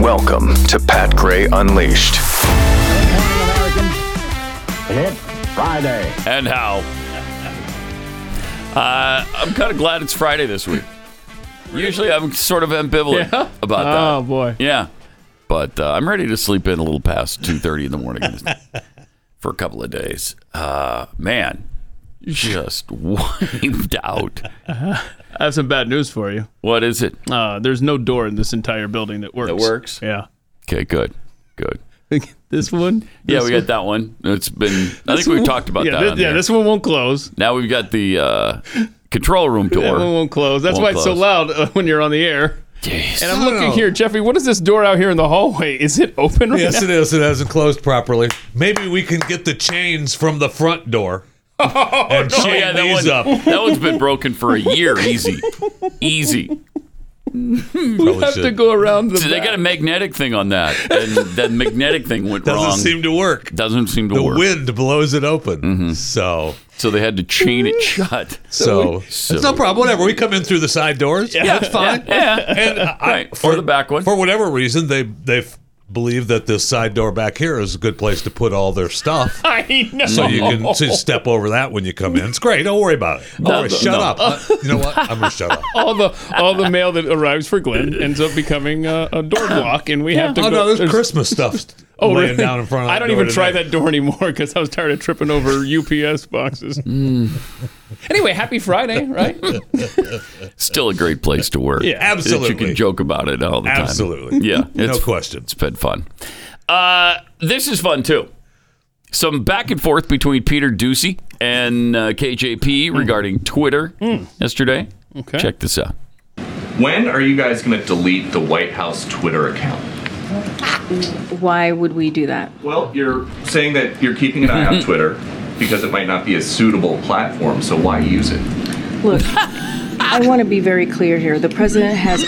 Welcome to Pat Gray Unleashed. Hit Friday. and how. Uh, I'm kind of glad it's Friday this week. Usually I'm sort of ambivalent Yeah? about that. Oh boy. Yeah, but uh, I'm ready to sleep in a little past two thirty in the morning for a couple of days. Uh, man, just wiped out. I have some bad news for you. What is it? Uh, there's no door in this entire building that works. That works? Yeah. Okay, good, good. this one. Yeah, This we one- got that one. It's been. I think this we've one- talked about yeah, that. This, on yeah, there. this one won't close. Now we've got the uh, control room That door. one won't close. That's Won't why it's so close. loud uh, when you're on the air. Jeez. And I'm looking here, Jeffrey. What is this door out here in the hallway? Is it open right Yes, now? it is. It hasn't closed properly. Maybe we can get the chains from the front door and Oh, chain yeah, that, these one, up. that one's been broken for a year. Easy. Easy. We have to go around the. So Hmm. they back. got a magnetic thing on that. And that magnetic thing went Doesn't wrong. seem to work. Doesn't seem to The work. Mm-hmm. wind blows it open. So, So they had to chain it shut. so, So- it's no problem. Whatever. We come in through the side doors. Yeah, that's fine. Yeah. And I, Right, for the back one. For whatever reason, they they believe that this side door back here is a good place to put all their stuff. I know. So you can so you step over that when you come in. It's great. Don't worry about it. Don't No, worry. no, shut no. up. Uh, you know what? I'm gonna shut up. all the all the mail that arrives for Glenn ends up becoming a, a door block, and we have to. Oh go, no, there's, Christmas stuff Oh, laying really? down in front of. I don't even try that door anymore because I was tired of tripping over UPS boxes. Mm. Anyway, happy Friday, right? Still a great place to work. Yeah, absolutely. You can joke about it all the time. Absolutely. Yeah. no it's- question. It's been fun. Uh, this is fun too. Some back and forth between Peter Ducey and uh, KJP regarding Twitter yesterday. Okay. Check this out. When are you guys going to delete the White House Twitter account? Why would we do that? Well, you're saying that you're keeping an eye on Twitter because it might not be a suitable platform, so why use it? Look, I want to be very clear here. The president has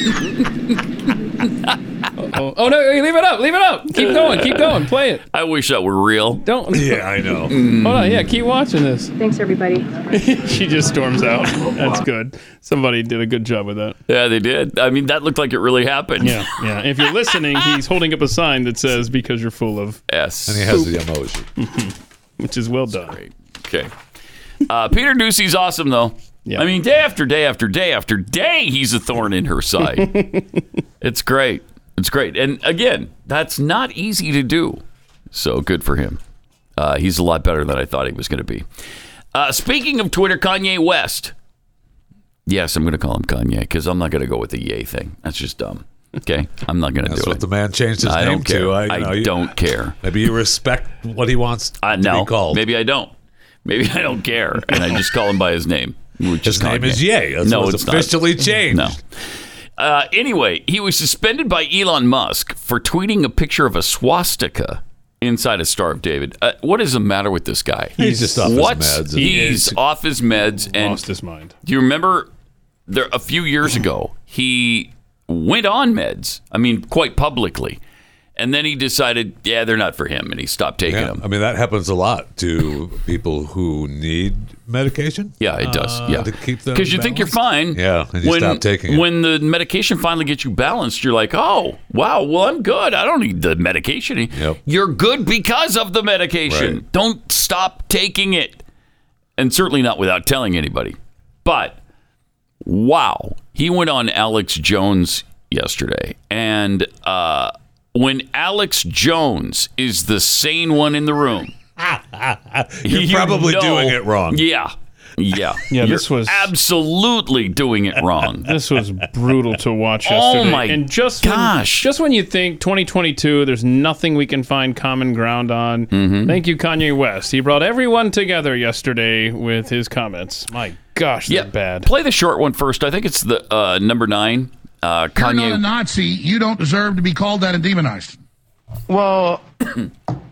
Oh, oh, no, hey, leave it up, leave it up. Keep going, keep going, play it. I wish that were real. Don't Mm. Yeah, I know. hold on, yeah, keep watching this. thanks everybody. She just storms out. That's good. Somebody did a good job with that. Yeah, they did. I mean, that looked like it really happened. Yeah, yeah. If you're listening, he's holding up a sign that says "Because you're full of," Yes. He has the emoji. which is well done. Great. Okay. Uh, Peter Ducey's awesome, though. Yeah. I mean, day after day after day after day, he's a thorn in her side. it's great. It's great. And again, that's not easy to do. So good for him. Uh, he's a lot better than I thought he was going to be. Uh, speaking of Twitter, Kanye West. Yes, I'm going to call him Kanye because I'm not going to go with the yay thing. That's just dumb. Okay, I'm not going to do That's what it. the man changed his I name don't care. to. I, you know, you- don't care. Maybe you respect what he wants I to no, be called. Maybe I don't. Maybe I don't care, and I just call him by his name. Which his is name Kanye. is Ye. That's no, what's it's officially changed. not. No. Uh, anyway, he was suspended by Elon Musk for tweeting a picture of a swastika inside a Star of David. Uh, what is the matter with this guy? He's just off his What's- meds. He's He's- off his meds, and Lost his mind. do you remember there a few years ago he went on meds? I mean, quite publicly, and then he decided, yeah, they're not for him, and he stopped taking Yeah, them. I mean that happens a lot to people who need medication. Yeah, it does. yeah, Uh, to keep them because you think you're fine. balanced? Yeah, and you when, stop taking it. When the medication finally gets you balanced, you're like, oh wow, well I'm good. I don't need the medication. Yep. You're good because of the medication. Right. Don't stop taking it, and certainly not without telling anybody. But wow, he went on Alex Jones yesterday, and uh, when Alex Jones is the sane one in the room, You're you probably know- doing it wrong. Yeah. Yeah. Yeah, You're this was- absolutely doing it wrong. This was brutal to watch Oh yesterday. my and just gosh. when, just when you think 2022, there's nothing we can find common ground on. Mm-hmm. Thank you, Kanye West. He brought everyone together yesterday with his comments. My gosh, they're yeah. bad. Play the short one first. I think it's the uh, number nine. Uh, You're not a Kanye. Nazi. You don't deserve to be called that and demonized. Well,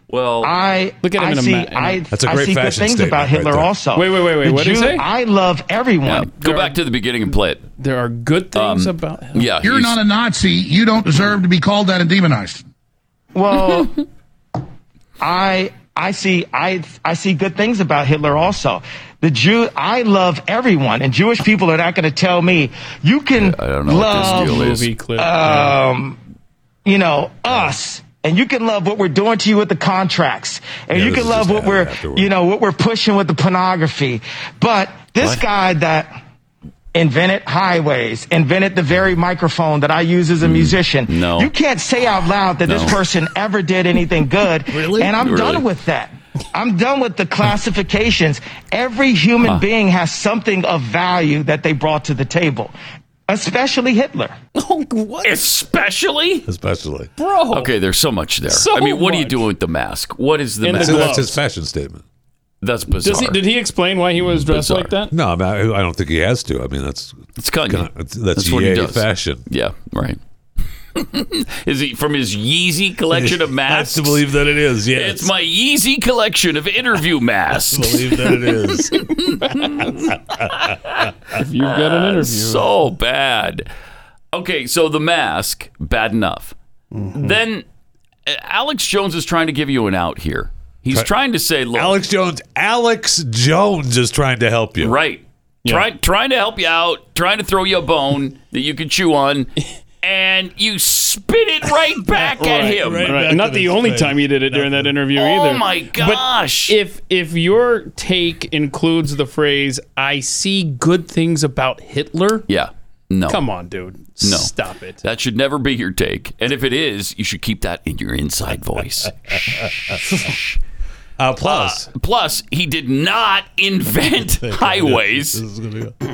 Well, I Look at him I in a see. ma- in a- I, That's a I great see good fashion things statement about right Hitler. there. also, Wait, wait, wait, wait, The what did he Jew- say? I love yeah. everyone. go back to the beginning and play it. Um, There are good things about him. Yeah. You're he's- not a Nazi. You don't deserve to be called that and demonized. Well, I I see I I see good things about Hitler. Also, the Jew. I love everyone, and Jewish people are not going to tell me you can I don't know what this love deal is. movie clip. um, you know, us. And you can love what we're doing to you with the contracts. And Yeah, you this can is love just what added we're, afterward. you know, what we're pushing with the pornography. But this guy that invented highways, invented the very microphone that I use as a musician. Mm, no. You can't say out loud that No. this person ever did anything good. really? And I'm Really. done with that. I'm done with the classifications. Every human being has something of value that they brought to the table, especially Hitler. Oh, Especially? especially. Bro. Okay, there's so much there. So I mean, what are you much. doing with the mask? What is the And the mask? So gloves. that's his fashion statement. That's bizarre. Does he, did he explain why he was dressed Bizarre. like that? No, I, mean, I I don't think he has to. I mean, that's it's Kanye. kind of, that's, what he yay does. fashion. Yeah, right. is he from his Yeezy collection of masks? I have to believe that it is. Yes, It's my Yeezy collection of interview masks. believe that it is. If you've got an interview. so bad. Okay, so the mask, bad enough. Mm-hmm. Then uh, Alex Jones is trying to give you an out here. He's trying to say, look, Alex Jones. Alex Jones is trying to help you. right, trying trying to help you out, trying to throw you a bone that you can chew on, and you spit it right back at him. right. Right. back Not to the this only thing. time you did it during that interview Oh either. my gosh! But if if your take includes the phrase "I see good things about Hitler," yeah, no, come on, dude, No. stop it. That should never be your take. And if it is, you should keep that in your inside voice. Uh, plus, Plus, he did not invent highways.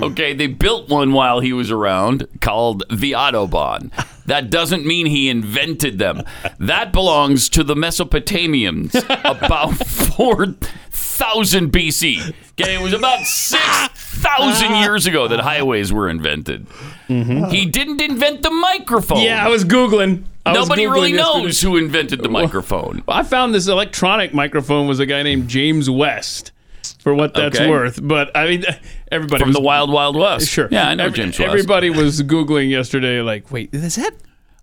Okay, they built one while he was around called the Autobahn. That doesn't mean he invented them. That belongs to the Mesopotamians about 4,000 BC. Okay, it was about 6,000 years ago that highways were invented. He didn't invent the microphone. Yeah, I was googling. I was Nobody Googling really yesterday. knows who invented the microphone. I found this electronic microphone was a guy named James West, for what that's Okay. worth. But I mean, everybody From was, the Wild Wild West. Sure. Yeah, I know Every- James West. Everybody was googling yesterday. Like, wait, is that?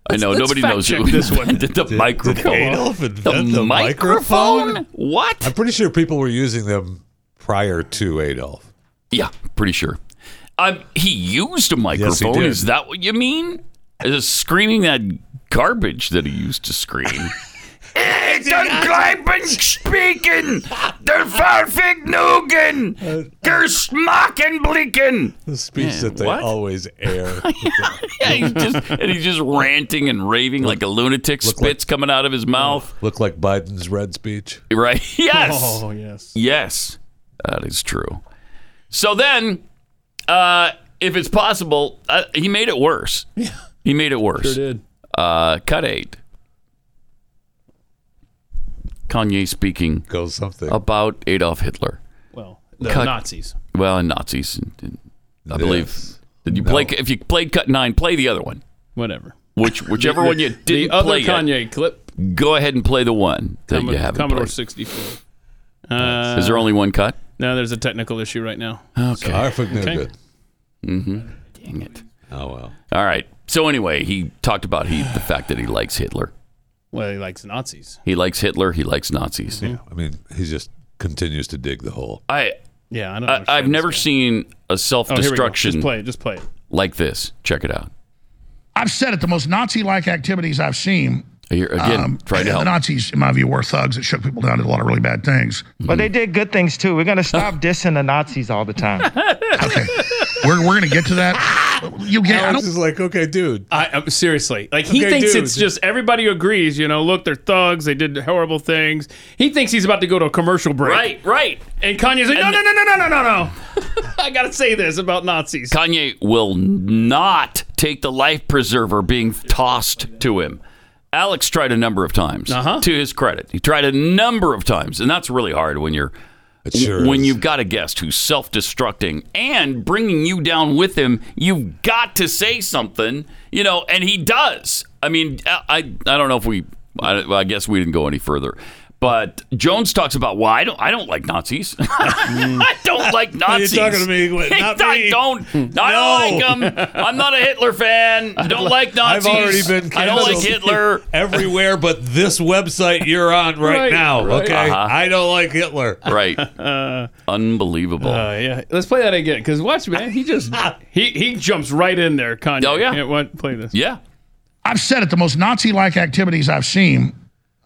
I know let's nobody fact knows check who this one. invented the microphone. Adolf the, invented the microphone? microphone? What? I'm pretty sure people were using them prior to Adolf. yeah, pretty sure. Um, he used a microphone. did. Is that what you mean? Is screaming that garbage that he used to scream? Ich den Gleiben spieken, der Verfignungen, Geschmacken blicken. The speech that they what? always air. Yeah, he's just, and he's just ranting and raving like a lunatic, spits coming out of his mouth. Look like Biden's red speech. Right? Yes. Oh yes. Yes, that is true. So then, uh, if it's possible, uh, he made it worse. Yeah, he made it worse. did. Uh, cut eight. Kanye speaking Goes something. about Adolf Hitler. Well, the Cut. Nazis. Well, and Nazis. and- and I believe. Yes. Did you play? If you played cut nine, play the other one. Whatever. Which whichever one you didn't the other play yet, Kanye clip. go ahead and play the one that Commo- you haven't Commodore played. 64. Uh, Is there only one cut? no, there's a technical issue right now. Okay. Perfect. No Okay. good. Dang it. Oh well. All right. So anyway, he talked about he the fact that he likes Hitler. Well, he likes Nazis. He likes Hitler. He likes Nazis. I mean, he just continues to dig the hole. I, Yeah, I don't. I understand I've this never guy. seen a self Oh, here we go. Just destruction play it. Just play it. like this. Check it out. I've said it, the most Nazi like activities I've seen. Here again, um, trying to the help. Nazis, in my view, were thugs that shook people down, did a lot of really bad things. But they did good things too. We're going to stop dissing the Nazis all the time. Okay. we're we're going to get to that. You get, I Alex don't, is like, okay, dude. I, uh, seriously, like he Okay, thinks dude. it's just everybody agrees. You know, look, they're thugs. They did horrible things. He thinks he's about to go to a commercial break. Right, right. And Kanye's like, no, no, no, no, no, no, no, no. I gotta say this about Nazis. Kanye will not take the life preserver being tossed to him. Alex tried a number of times. Uh-huh. To his credit, he tried a number of times, and that's really hard when you're It sure when is. you've got a guest who's self-destructing and bringing you down with him you've got to say something you know and he does i mean i i, I don't know if we I, I guess we didn't go any further but Jones talks about why I don't I don't like Nazis. Mm. I don't like Nazis. talking to me? What, not I me. don't. I don't like them. I'm not a Hitler fan. I don't like I've Nazis. already been canceled I don't like Hitler. everywhere but this website you're on right, Right, now. right. Okay, I don't like Hitler. Uh-huh. Uh, Right. Unbelievable. Uh, yeah, let's play that again. Cause watch, man, he just he he jumps right in there. Kanye. Oh, yeah. what, play this. yeah. I've said it, the most Nazi-like activities I've seen,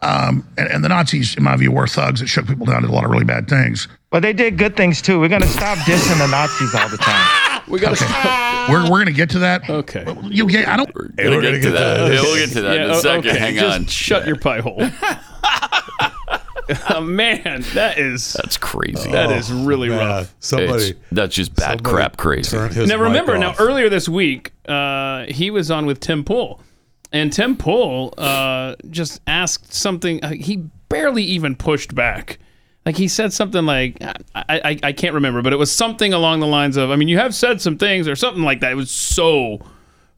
um, and, and the Nazis, in my view, were thugs that shook people down, did a lot of really bad things. But they did good things too. We're going to stop dissing the Nazis all the time. We got to We're, we're going to get to that. Okay. You get, I don't, we'll get to that. We'll get to that in Yeah, a o- second. okay, Hang just on. Shut your pie hole. Oh, man, that is That's crazy. that is really Yeah, rough. somebody. It's- that's just bad somebody crap crazy. turned his Now mic remember, now off. earlier this week, uh, he was on with Tim Pool, and Tim Pool uh, just asked something. Uh, he barely even pushed back. Like he said something like I, I I can't remember, but it was something along the lines of I mean you have said some things or something like that. It was so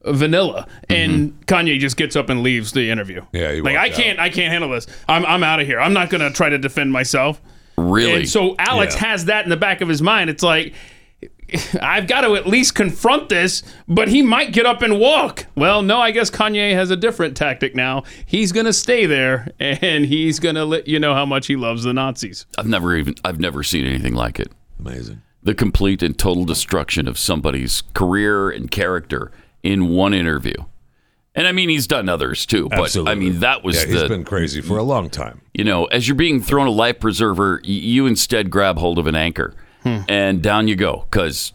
vanilla, and Kanye just gets up and leaves the interview. Mm-hmm. Yeah, he like I walked out. can't I can't handle this. I'm I'm out of here. I'm not gonna try to defend myself. Really? And so Alex Yeah. has that in the back of his mind. It's like, I've got to at least confront this, but he might get up and walk. Well, no, I guess Kanye has a different tactic now. He's going to stay there and he's going to let you know how much he loves the Nazis. I've never even I've never seen anything like it. Amazing. The complete and total destruction of somebody's career and character in one interview. And I mean, he's done others too, but I mean, that was yeah, the he's been crazy for a long time. you know, as you're being thrown a life preserver, y- you instead grab hold of an anchor and down you go. Because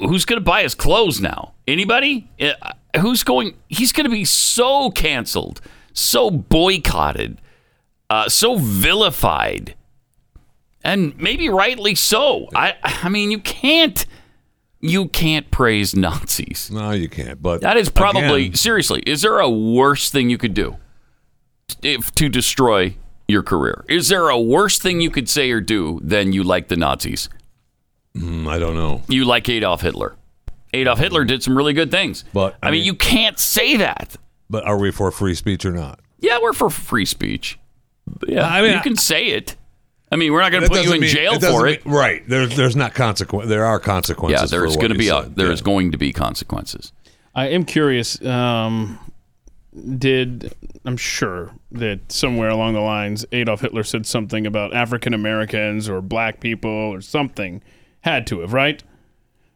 who's going to buy his clothes now? Anybody? Uh, Who's going? He's going to be so canceled, so boycotted, uh, so vilified, and maybe rightly so. I, I mean, you can't, you can't praise Nazis. No, you can't. But That is probably again, seriously. Is there a worse thing you could do if to destroy your career? Is there a worse thing you could say or do than you like the Nazis? mm, I don't know. You like Adolf Hitler? Adolf Hitler did some really good things, But, I, I mean, mean- you can't say that. But are we for free speech or not? Yeah, we're for free speech. But yeah, I mean, you I- can say it. I mean, we're not going to That put you doesn't in mean- jail doesn't for it. mean- right? There's there's not consequence. There are consequences. yeah, there's going to be a, said. there yeah. is going to be consequences. I am curious. Um, did I'm sure that somewhere along the lines Adolf Hitler said something about African Americans or black people or something had to have right.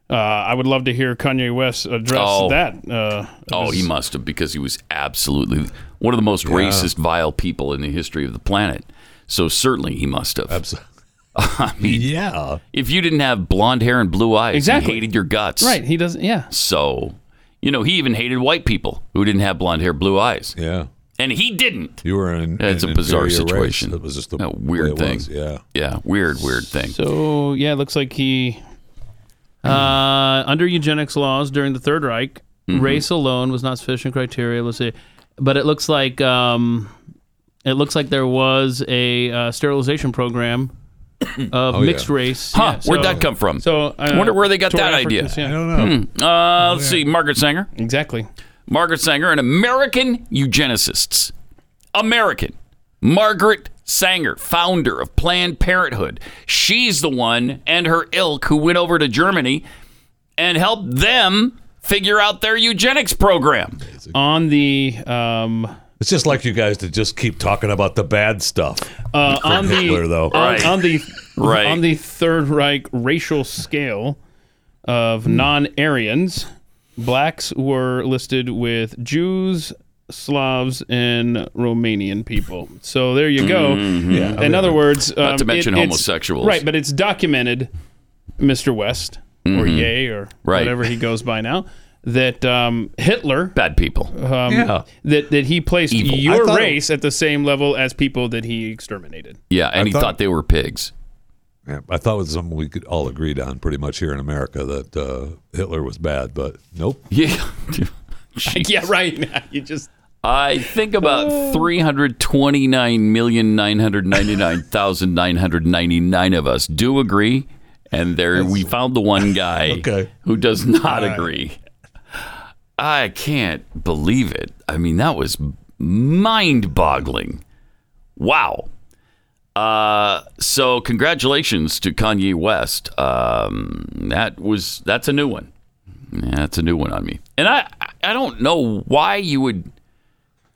Uh, I would love to hear Kanye West address Oh. that. Uh, Oh, he must have because he was absolutely one of the most racist, vile people in the history of the planet. So certainly he must have. yeah. If you didn't have blonde hair and blue eyes, Exactly. you hated your guts. right. He doesn't. Yeah. So, you know, he even hated white people who didn't have blonde hair, blue eyes, Yeah. and he didn't. You were in. It's an a bizarre inferior race. situation. That was just the A way weird it thing. was, Yeah. Yeah, weird, weird thing. So yeah, it looks like he, Hmm. uh, under eugenics laws during the Third Reich, Mm-hmm. race alone was not sufficient criteria. Let's see, but it looks like um, it looks like there was a uh, sterilization program of yeah. mixed race. Oh, huh? Yeah, where'd so- that come from? So uh, Wonder where they got toward that idea. Africans, yeah. I don't know. Oh, uh, let's see, Margaret Sanger. Exactly. Margaret Sanger, an American eugenicists. American. Margaret Sanger, founder of Planned Parenthood. She's the one and her ilk who went over to Germany and helped them figure out their eugenics program. On the um, It's just like you guys to just keep talking about the bad stuff. uh, on the Hitler, though. on, Right. on the Right. on the Third Reich racial scale of Hmm. non-Aryans, blacks were listed with Jews, Slavs, and Romanian people. So there you Yeah. go. I In mean, other words, um, Mm-hmm. to mention it's- homosexuals. right? But it's documented, Mr. West or Yay or Mm-hmm. Right. whatever he goes by now. That um, Hitler Bad people. um, Yeah. that that he placed Evil. I your thought it- race at the same level as people that he exterminated. yeah, and he thought- thought they were pigs. yeah, I thought it was something we could all agreed on pretty much here in America that uh, Hitler was bad, but nope. Yeah. Yeah, right. you just I think about 329,999,999 of us do agree, and there we found the one guy Okay. who does not agree. I can't believe it. I mean, that was mind-boggling. Wow. Uh, so congratulations to Kanye West. Um, that was that's a new one. Yeah, that's a new one on me. And I I don't know why you would.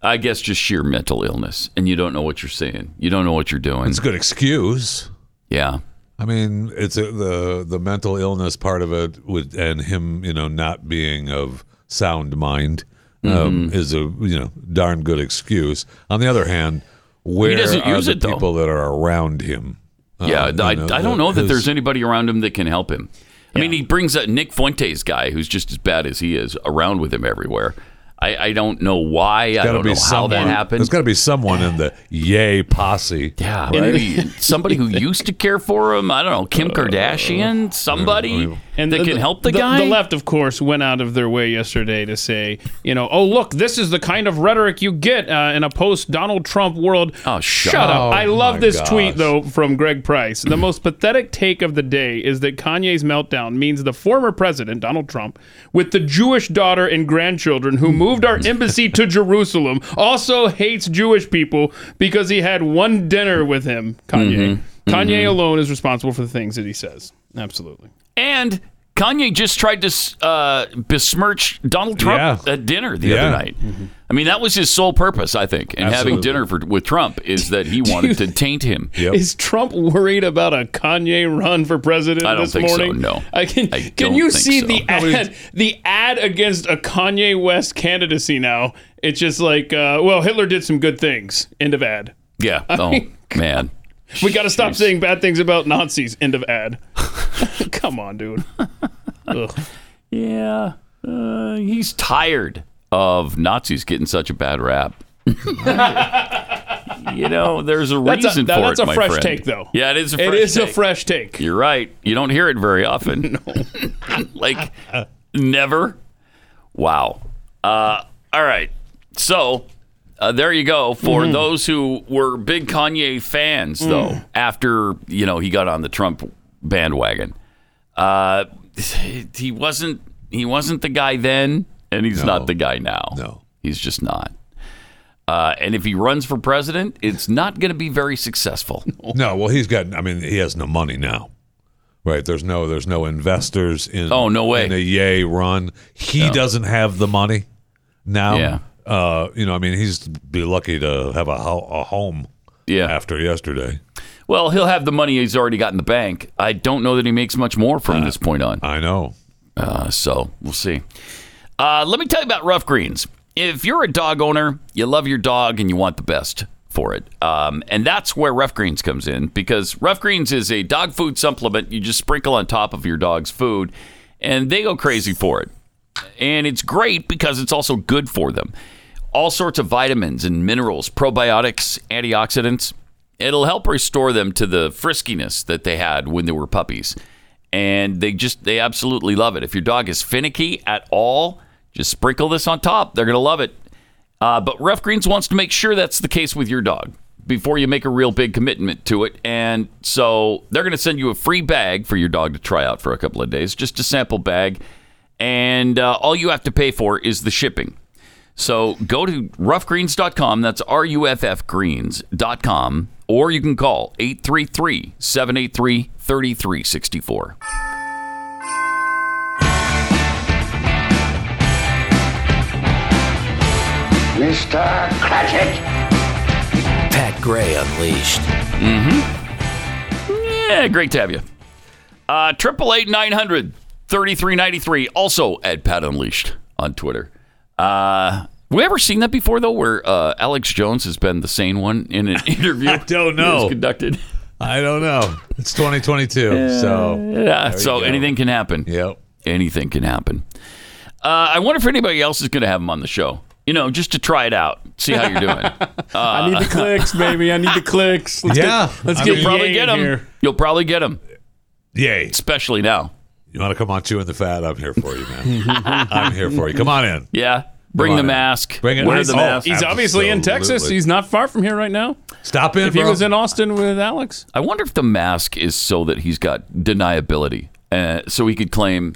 I guess just sheer mental illness, and you don't know what you're saying. You don't know what you're doing. It's a good excuse. Yeah, I mean, it's a, the the mental illness part of it, would, and him, you know, not being of sound mind. um, Mm-hmm. is a you know darn good excuse. On the other hand, where doesn't are use the it, though. people that are around him? Yeah, Um, I, you know, I don't know that his- there's anybody around him that can help him. I mean, he brings that Nick Fuentes guy, who's just as bad as he is, around with him everywhere. I, I don't know why. I gotta don't know how that happened. There's got to be someone in the yay posse. yeah, right? maybe somebody who used to care for him. I don't know, Uh, Kim Kardashian, somebody that can help the, guy. The left, of course, went out of their way yesterday to say, you know, oh look, this is the kind of rhetoric you get uh, in a post Donald Trump world. Oh, shut up! up. I Oh, love my this gosh. tweet though from Greg Price. The most pathetic take of the day is that Kanye's meltdown means the former president Donald Trump, with the Jewish daughter and grandchildren who moved our embassy to Jerusalem, also hates Jewish people because he had one dinner with him. Kanye. Mm-hmm. Kanye alone is responsible for the things that he says. Absolutely. And Kanye just tried to uh, besmirch Donald Trump Yeah. at dinner the Yeah. other night. I mean, that was his sole purpose, I think, in having Absolutely. dinner for, with Trump is that he wanted to taint him. Yep. Is Trump worried about a Kanye run for president I don't this think so, morning? no. I can I can don't you think see so. the ad the ad against a Kanye West candidacy now? It's just like uh, well, Hitler did some good things. End of ad. Yeah. Oh man. We got to stop saying bad things about Nazis. End of ad. Come on, dude. Ugh. Yeah. Uh, he's tired of Nazis getting such a bad rap. you know, there's a That's a- reason that- for that's it, a my fresh friend. take, though. Yeah, it is. A fresh It is take. a fresh take. You're right. You don't hear it very often. like never. Wow. Uh, all right. So uh, there you go. For Mm-hmm. those who were big Kanye fans, Mm. though, after you know he got on the Trump bandwagon, uh, he wasn't. He wasn't the guy then, and he's not the guy now. No. he's just not. Uh, and if he runs for president, it's not going to be very successful. No, well, he's got. I mean, he has no money now, right? There's no, there's no investors in. Oh, no way. In a yay run, he doesn't have the money now. Yeah. Uh, you know, I mean, he's be lucky to have a, ho- a home Yeah. after yesterday. Well, he'll have the money he's already got in the bank. I don't know that he makes much more from this point on. I know. Uh, so we'll see. Uh, let me tell you about Rough Greens. If you're a dog owner, you love your dog and you want the best for it. Um, and that's where Rough Greens comes in because Rough Greens is a dog food supplement you just sprinkle on top of your dog's food and they go crazy for it. And it's great because it's also good for them. All sorts of vitamins and minerals, probiotics, antioxidants. It'll help restore them to the friskiness that they had when they were puppies. And they just, they absolutely love it. If your dog is finicky at all, just sprinkle this on top. They're going to love it. Uh, but Rough Greens wants to make sure that's the case with your dog before you make a real big commitment to it. And so they're going to send you a free bag for your dog to try out for a couple of days, just a sample bag. And uh, all you have to pay for is the shipping. So go to roughgreens.com. That's R U F F greens.com. Or you can call 833 783 3364. Mr. Cratchit! Pat Gray Unleashed. Mm-hmm. Yeah, great to have you. Uh, Triple eight nine hundred thirty three ninety three. Also at Pat Unleashed on Twitter. Uh, we ever seen that before though, where uh, Alex Jones has been the sane one in an interview? I don't know. conducted. I don't know. It's 2022, so Yeah, so anything can happen. yep. Anything can happen. Uh, I wonder if anybody else is going to have him on the show. You know, just to try it out, see how you're doing. I need the clicks, baby. I need the clicks. Let's Yeah, Get, let's I get mean- Probably Ye get in him. here. You'll probably get him, Yay! especially now. You want to come on chewing the fat? I'm here for you, man. Mm-hmm. I'm here for you. Come on in. Yeah, bring on the in. mask. Bring it Wear in. the Oh, mask. He's obviously in Texas. Absolutely. He's not far from here right now. Stop in. If he bro. was in Austin with Alex. I wonder if the mask is so that he's got deniability, uh, so he could claim,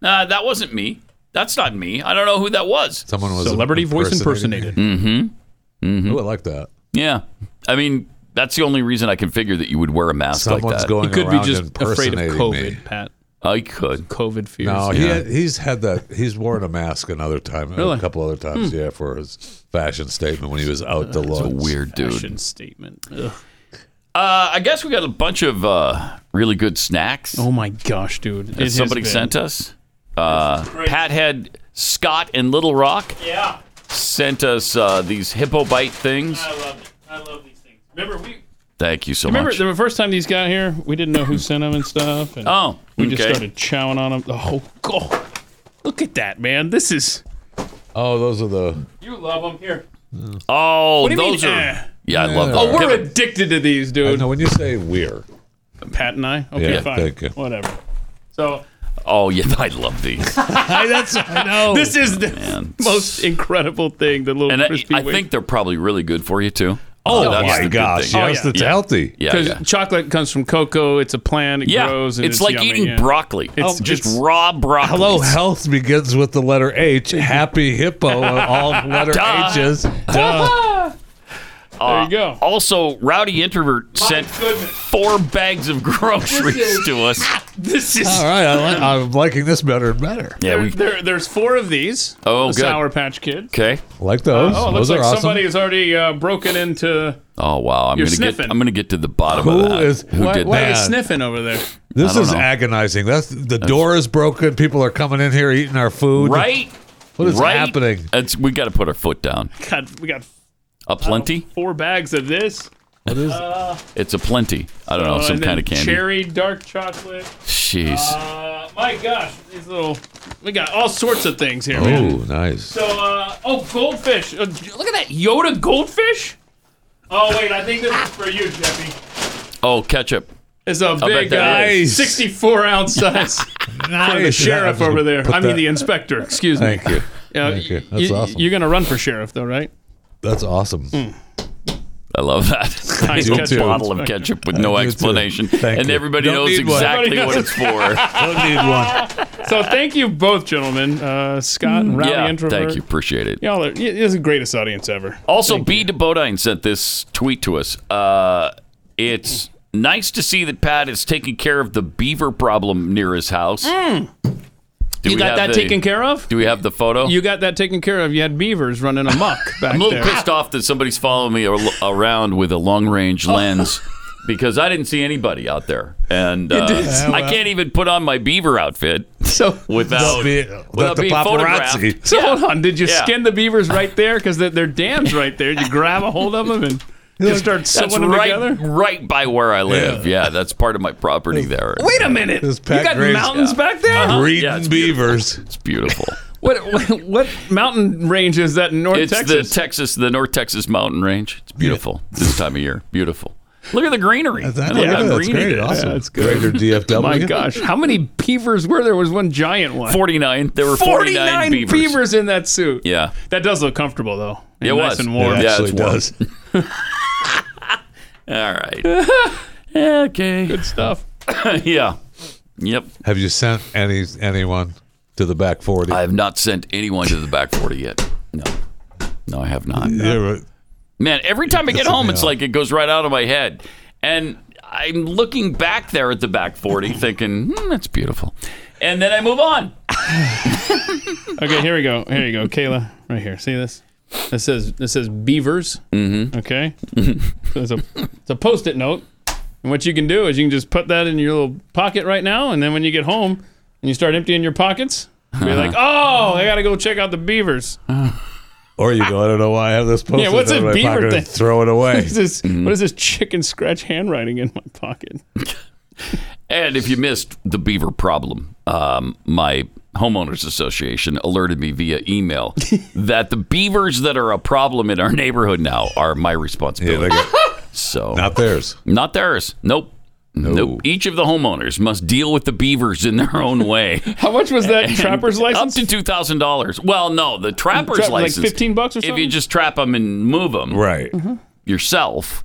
nah, "That wasn't me. That's not me. I don't know who that was." someone was Celebrity voice impersonating impersonated. Mm-hmm. me. Ooh, I like that. Yeah, I mean, that's the only reason I can figure that you would wear a mask like Someone's that. going He could be around just afraid of impersonating COVID, me. Pat. I could. COVID fears. No, he had, he's had that. He's worn a mask another time, Really? a couple other times, yeah, for his fashion statement when he was out the A lunch. weird dude. Fashion statement. Ugh. Uh, I guess we got a bunch of uh, really good snacks Oh my gosh, dude! that somebody sent us. Uh, Pat had Scott and Little Rock. Yeah. sent us uh, these hippo bite things. I love it. I love these things. Remember we Thank you so remember much. the first time these got here, we didn't know who sent them and stuff. And Oh, we just okay. started chowing on them. Oh, God. look at that, man! This is Oh, those are the. you love them here. Oh, What do you those mean, are. uh, eh? Yeah, I love Oh, those. we're Give it- addicted to these, dude. No, when you say we're, Pat and I. Okay, Yeah, fine. thank you. Whatever. So oh, yeah, I love these. I, that's I know this is the most incredible thing. The little And I, crispy. I think they're probably really good for you, too. Uh, Oh, that's the my good gosh. thing. Yes, Oh, yeah. that's healthy. Yeah, because yeah. chocolate comes from cocoa. It's a plant. It Yeah, grows. And it's, it's, like yummy, eating yeah. broccoli. It's It's- just Oh, it's- raw broccoli. Hello, health begins with the letter H. Happy hippo, of Oh, all letter Duh. H's. There you go. Uh, Also, Rowdy Introvert sent goodness. four bags of groceries to us. This is All right, I li- I'm liking this better and better. Yeah, we there. There's four of these. Oh, the good. Sour Patch Kids. okay. I like those. Oh, it looks those like are awesome. somebody has already uh, broken into. Oh wow, I'm You're gonna get sniffing. I'm gonna get to the bottom Who of that. is- Who what- did what that? is- sniffing over there. this don't is know. agonizing. That's the door is broken. People are coming in here eating our food. Right. What is right. happening? It's, we got to put our foot down. God, we got A plenty. four bags of this. What is? It's a plenty. I don't know Uh, some and then kind of candy. Cherry dark chocolate. Jeez. Uh, my gosh, these little. We got all sorts of things here, man. oh, nice. So, uh, oh, goldfish. Uh, look at that Yoda goldfish. Oh wait, I think this is for you, Jeffy. oh, ketchup. It's a big, that uh, is. 64 ounce size. for the Nice. sheriff Yeah, I was over gonna there. put I mean that- the inspector. Excuse me. Thank you. Uh, Thank you. y- That's y- awesome. You're gonna run for sheriff though, right? That's awesome. I love that. Hmm. Nice do catch, too. Bob. Bottle of ketchup with no I do too. explanation, Thank and you. everybody Don't knows need one. exactly Everybody what it's for. Don't need one. So thank you both, gentlemen. Uh, Scott and Rowdy yeah, Introvert. thank you. Appreciate it. Y'all are, y- this is the greatest audience ever. Also, B. de Bodine sent this tweet to us. Uh, it's nice to see that Pat is taking care of the beaver problem near his house. Eh. Mm. Do You we got have that the- taken care of? Do we have the photo? You got that taken care of. You had beavers running amok back I'm a little there. pissed off that somebody's following me al- around with a long range Oh. lens because I didn't see anybody out there, and uh, did. Yeah, I can't even put on my beaver outfit So, without That'll be, that without the being photographed. paparazzi. so hold on. Did you Yeah. skin the beavers right there? Because they're, they're dams right there. You grab a hold of them and just start That's sewing them right, together. right by where I live. Yeah. that's part of my property there. Wait a minute. You This Pat got Graves- mountains Yeah. Uh-huh. back there? Breeding Yeah, it's beavers. It's beautiful. What, what what mountain range is that in North it's Texas? the Texas, the North Texas mountain range. It's beautiful this time of year. Beautiful. Look at the greenery. That, Look yeah, how that's green it great. is. Awesome. Yeah, it's it's good. Greater DFW. My gosh, how many beavers were there? Was one giant one. 49. There were 49, 49 beavers. in that suit. Yeah. That does look comfortable though. It nice was. and It warm. Yeah, actually it's warm. does. All right. okay. Good stuff. yeah. Yep. Have you sent any anyone to the back 40? I have not sent anyone to the back 40 yet. No. No, I have not. Yeah, but- Man, every time I get pisses home, me it's off. like it goes right out of my head. And I'm looking back there at the back 40 thinking, hmm, that's beautiful. And then I move on. Okay, here we go. Here you go, Kayla. Right here. See this? This says this says beavers. Mm-hmm. Okay. so it's a it's a post-it note. And what you can do is you can just put that in your little pocket right now, and then when you get home and you start emptying your pockets, you're like, oh, I gotta go check out the beavers. Or you go, I don't know why I have this post. Yeah, what's in a my beaver pocket and thing? Throw it away. Is this- Mm-hmm. what is this chicken scratch handwriting in my pocket? And if you missed the beaver problem, um, my homeowners association alerted me via email that the beavers that are a problem in our neighborhood now are my yeah, responsibility. they got, so not theirs. Not theirs. Nope. Nope. Each of the homeowners must deal with the beavers in their own way. How much was that trapper's Up license? to two thousand dollars. Well, no, the trapper's Trap- like license. 15 bucks or If you something? Mm-hmm. just trap them and move them Right. yourself,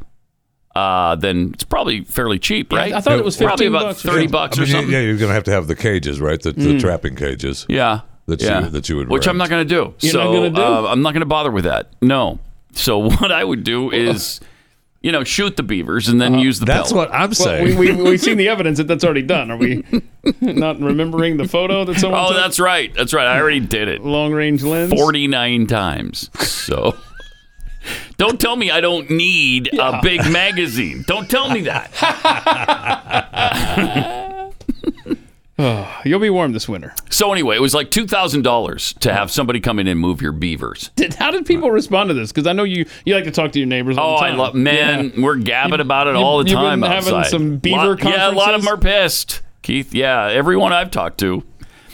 uh, then it's probably fairly cheap, right? I thought it was probably 15 about bucks or thirty something. bucks I or mean, something. Yeah, you're going to have to have the cages, right? The, Mm. the trapping cages. Yeah. That you- yeah. that you would Which I'm rent. not going to do. You're so not gonna do? Uh, I'm not going to bother with that. No. So what I would do is, you know, shoot the beavers and then use the That's belt. what I'm saying. Uh-huh. we, we, we've seen the evidence that that's already done. Are we not remembering the photo that someone Oh, took? that's right. That's right. I already did it long range lens. 49 times. So don't tell me I don't need a big magazine. Don't tell me that. Oh, You'll be warm this winter. So anyway, it was like two thousand dollars to have somebody come in and move your beavers. Did, how did people respond to this? Because I know you you like to talk to your neighbors. All Oh, the I time. love man. We're gabbing about it you- all the you've time been having outside. some beaver lot, yeah, a lot of them are pissed. Keith, yeah, everyone I've talked to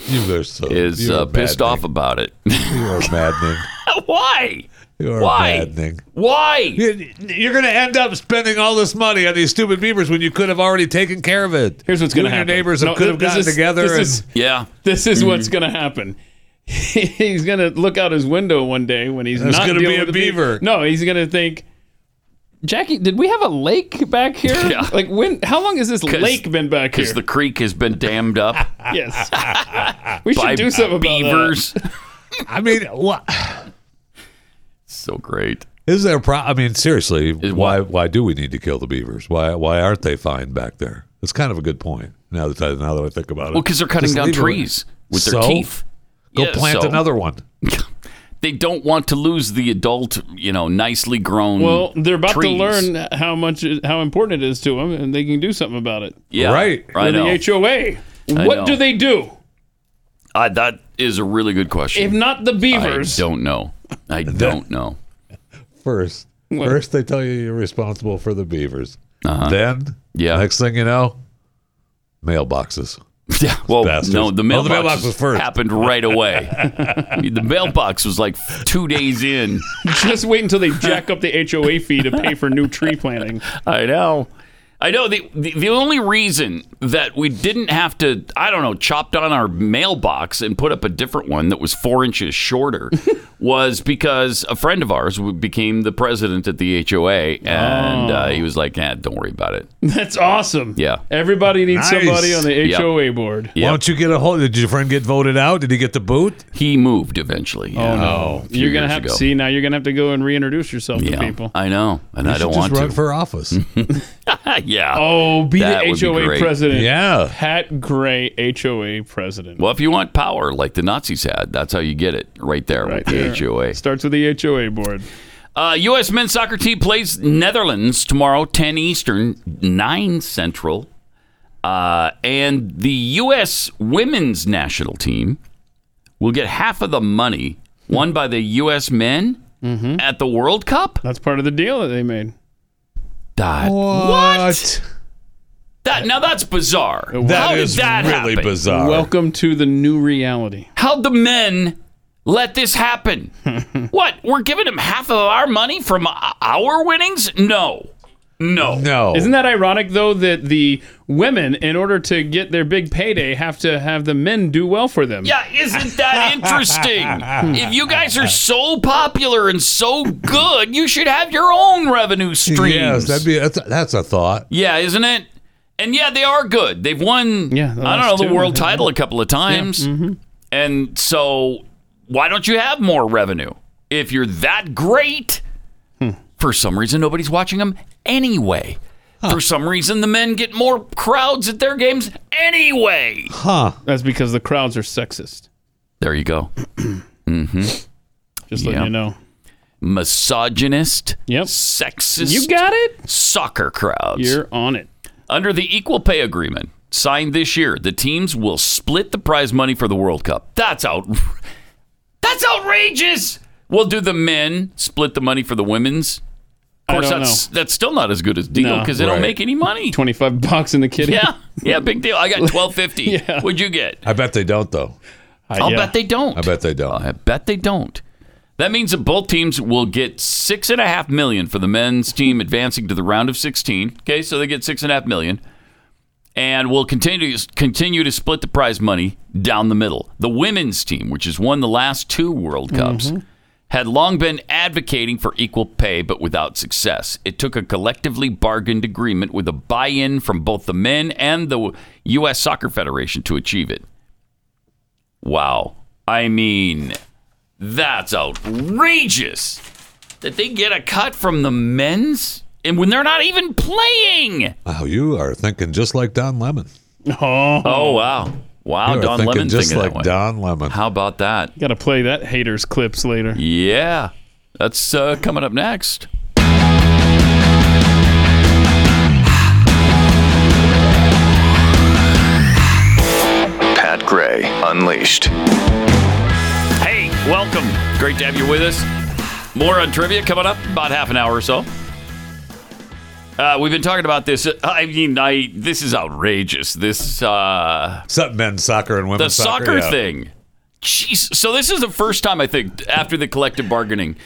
is you are uh, pissed off about it. You are maddening. Why? You are Why? maddening. Why? You're going to end up spending all this money on these stupid beavers when you could have already taken care of it. Here's what's You going to and happen. Your neighbors No, could have this gotten is- together. This and, is, Yeah. this Mm. is what's going to happen. he's going to look out his window one day when he's There's not gonna going to be a beaver. No, he's going to think. Jackie, did we have a lake back here? Yeah. Like when? How long has this 'Cause- lake been back here? Because the creek has been dammed up yes, we by should do something about that. beavers. I mean, what? so great. Is there a pro- I mean, seriously, Is why what? why do we need to kill the beavers? Why why aren't they fine back there? It's kind of a good point. Now that I, now that I think about it, Well, because they're cutting Just down leave it. trees with their So? teeth. Go Yeah, plant so another one. They don't want to lose the adult, you know, nicely grown. Well, they're about trees. to learn how much how important it is to them, and they can do something about it. Yeah, Right. I know. The HOA. I What know. do they do I, that is a really good question. if not the beavers? I don't know. I don't know. First, first they tell you you're responsible for the beavers. Then, Uh-huh. Yeah. next thing you know, mailboxes. Yeah. Well, Bastards. no, the Oh, mailbox, the mailbox was first. happened right away. the mailbox was like two days in. Just wait until they jack up the HOA fee to pay for new tree planting. I know. I know. The, the the only reason that we didn't have to, I don't know, chop down our mailbox and put up a different one that was four inches shorter was because a friend of ours w- became the president at the HOA, Oh. and uh, he was like, "Yeah, don't worry about it." That's awesome. Yeah. Everybody needs Nice. somebody on the Yep. HOA board. Why don't you get a hold? Did your friend get voted out? Did he get the boot? He moved eventually. Oh no! You're gonna have to see now. You're gonna have to go and reintroduce yourself Yeah, to people. I know, and I You don't should want just run to. for office. yeah. Oh, be That the would be HOA great. president. yeah. Pat Gray, HOA president. Well, if you want power like the Nazis had, that's how you get it right there Right with the there. HOA. Starts with the HOA board. Uh, U.S. men's soccer team plays Netherlands tomorrow, 10 Eastern, 9 Central. Uh, and the U.S. women's national team will get half of the money won by the U.S. men Mm-hmm. at the World Cup. That's part of the deal that they made. That, What? that- now that's bizarre. how That did is that really happen? bizarre. Welcome to the new reality. How'd the men let this happen? what? We're giving them half of our money from o- our winnings? No. No. no. Isn't that ironic though that the women, in order to get their big payday, have to have the men do well for them? Yeah, isn't that interesting? if you guys are so popular and so good, you should have your own revenue streams. Yes, that'd be that's, that's a thought. yeah, isn't it? And yeah, they are good. They've won, Yeah, the I last don't know, the two, I world think. title a couple of times. mm-hmm. And so, why don't you have more revenue? If you're that great, Hmm. for some reason, nobody's watching them anyway. For some reason, the men get more crowds at their games anyway. Huh. That's because the crowds are sexist. There you go. Mm-hmm. Just letting Yeah. you know. misogynist, Yep. sexist, You got it? soccer crowds. You're on it. Under the equal pay agreement signed this year, the teams will split the prize money for the World Cup. That's out. That's outrageous. Well, do the men split the money for the women's? Of course, I don't that's that's still not as good as deal No. because they don't Right. make any money. Twenty-five bucks in the kitty. Yeah, yeah, big deal. I got twelve fifty. What'd you get? I bet they don't though. I'll bet they don't. I bet they don't. I bet they don't. That means that both teams will get six and a half million for the men's team advancing to the round of sixteen. Okay, so they get six and a half million, and will continue continue to split the prize money down the middle. The women's team, which has won the last two World Cups, had long been advocating for equal pay, but without success. It took a collectively bargained agreement with a buy-in from both the men and the U.S. Soccer Federation to achieve it. Wow. I mean, that's outrageous that they get a cut from the men's and when they're not even playing. Wow, you are thinking just like Don Lemon. Oh, Oh, wow. Wow, You are Don thinking Lemon just thinking like that way. Don Lemon. How about that? gotta play that haters clips later. Yeah. That's uh, coming up next. Gray Unleashed. Hey, welcome. Great to have you with us. More on trivia coming up in about half an hour or so. Uh, we've been talking about this. I mean, I this is outrageous. This uh, Except men's soccer and the women's soccer, soccer yeah. thing. Jeez. So this is the first time I think after the collective bargaining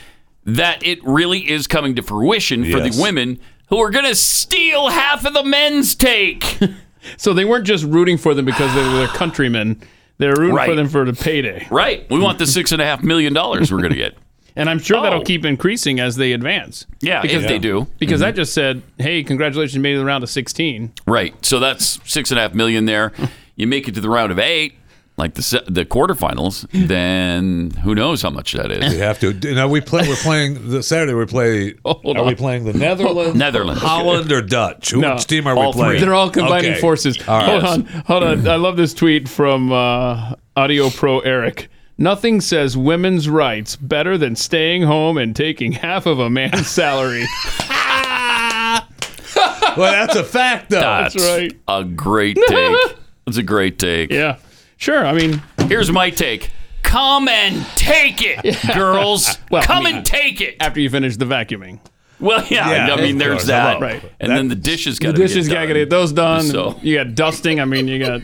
that it really is coming to fruition for Yes. the women who are going to steal half of the men's take. So they weren't just rooting for them because they were their countrymen. They were rooting Right. for them for the payday. right. We want the six and a half million dollars we're going to get. And I'm sure Oh. that'll keep increasing as they advance. Yeah, Because if they do. Mm-hmm. Because that just said, hey, congratulations, you made it to the round of 16. Right. So that's six and a half million there. You make it to the round of eight, like the se- the quarterfinals, then who knows how much that You is? have to. You know, we play. We're playing the Saturday. We play. Hold are on. we playing the Netherlands, Netherlands. Holland, or Dutch? Who- No, Which team are we all three. playing? They're all combining Okay. forces. All right. Hold on, hold on. I love this tweet from uh, Audio Pro Eric. Nothing says women's rights better than staying home and taking half of a man's salary. Well, that's a fact, though. That's right. a great take. That's a great take. yeah, sure. I mean, Here's my take. Come and take it, girls. Well, I Come mean- and take it. after you finish the vacuuming, Well, yeah. Yeah, I mean, of there's course. that. Right. And then the dishes got the to get dishes gotta done. get those done. So- You got dusting. I mean, you got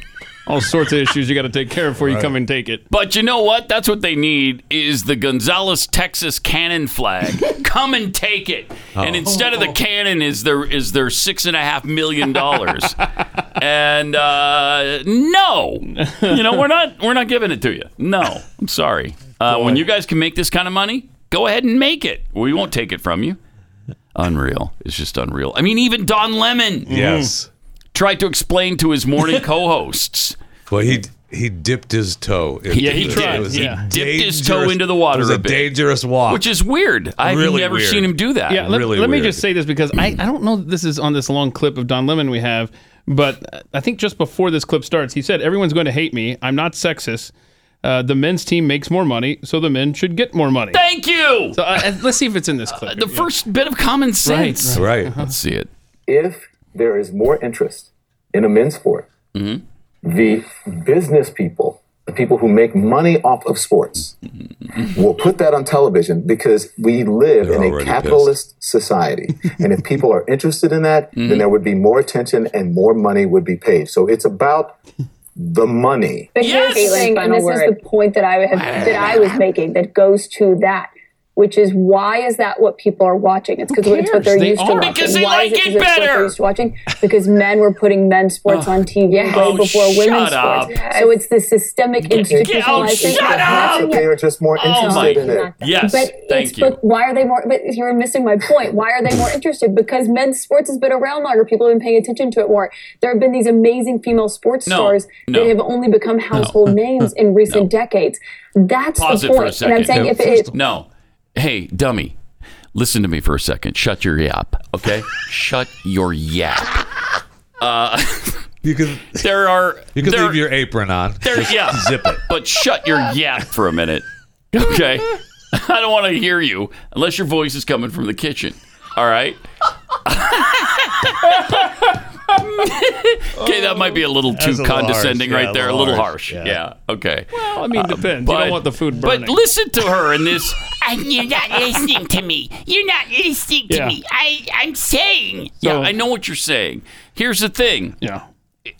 all sorts of issues you got to take care of before you come and take it. But you know what? That's what they need is the Gonzales, Texas cannon flag. Come and take it. Oh. And instead of the cannon is their is their six and a half million dollars. and uh, no, you know we're not we're not giving it to you. No, I'm sorry. Uh, when you guys can make this kind of money, go ahead and make it. We won't take it from you. Unreal. It's just unreal. I mean, even Don Lemon Mm-hmm. Yes. tried to explain to his morning co-hosts. Well, he he dipped his toe. Into Yeah, he this. did. It was Yeah. a Dipped his toe dangerous- into the water It was a, a bit. dangerous walk. Which is weird. I've Really never weird. seen him do that. Yeah, let, really let me weird. just say this because I, I don't know that this is on this long clip of Don Lemon we have, but I think just before this clip starts, he said, Everyone's going to hate me. I'm not sexist. Uh, the men's team makes more money, so the men should get more money. Thank you. So, uh, let's see if it's in this clip. the first bit of common sense. right. Let's see it. if there is more interest in a men's sport, Mm-hmm. the business people, the people who make money off of sports, will put that on television because we live Mm-hmm. They're in a already capitalist society. and if people are interested in that, Mm-hmm. then there would be more attention and more money would be paid. So it's about the money. But Yes! here's the thing, and this is the point that I have, that I was making that goes to that, which is why is that what people are watching? It's because it's what they're They used to are. watching. Because they why like is it 'cause it's what better. they're used to watching because men were putting men's sports on TV way Oh, before shut women's up. sports. So it's the systemic institutionalized shut thing that up! Oh happened. If they are just more interested my- in it. Yes. Oh But thank it's, you. But why are they more? But you were missing my point. Why are they more interested? Because men's sports has been around longer. People have been paying attention to it more. There have been these amazing female sports No, stars no. that have only become household names in recent decades. That's Pause the it for a point. And second. I'm No, saying if it, No. Hey, dummy. Listen to me for a second. Shut your yap, okay? Shut your yap. Uh, You could There are you could there, leave your apron on. there, yeah, Zip it. but shut your yap for a minute, okay? I don't want to hear you unless your voice is coming from the kitchen. All right. okay, that might be a little too That's a little harsh. condescending Yeah, right a there. A little little harsh. harsh. Yeah. Yeah. Okay. Well, I mean, depends. you don't want the food burning. Uh, But listen to her in this. and you're not listening to me. You're not listening to Yeah. me. I, I'm saying. yeah, I know what you're saying. Here's the thing. yeah.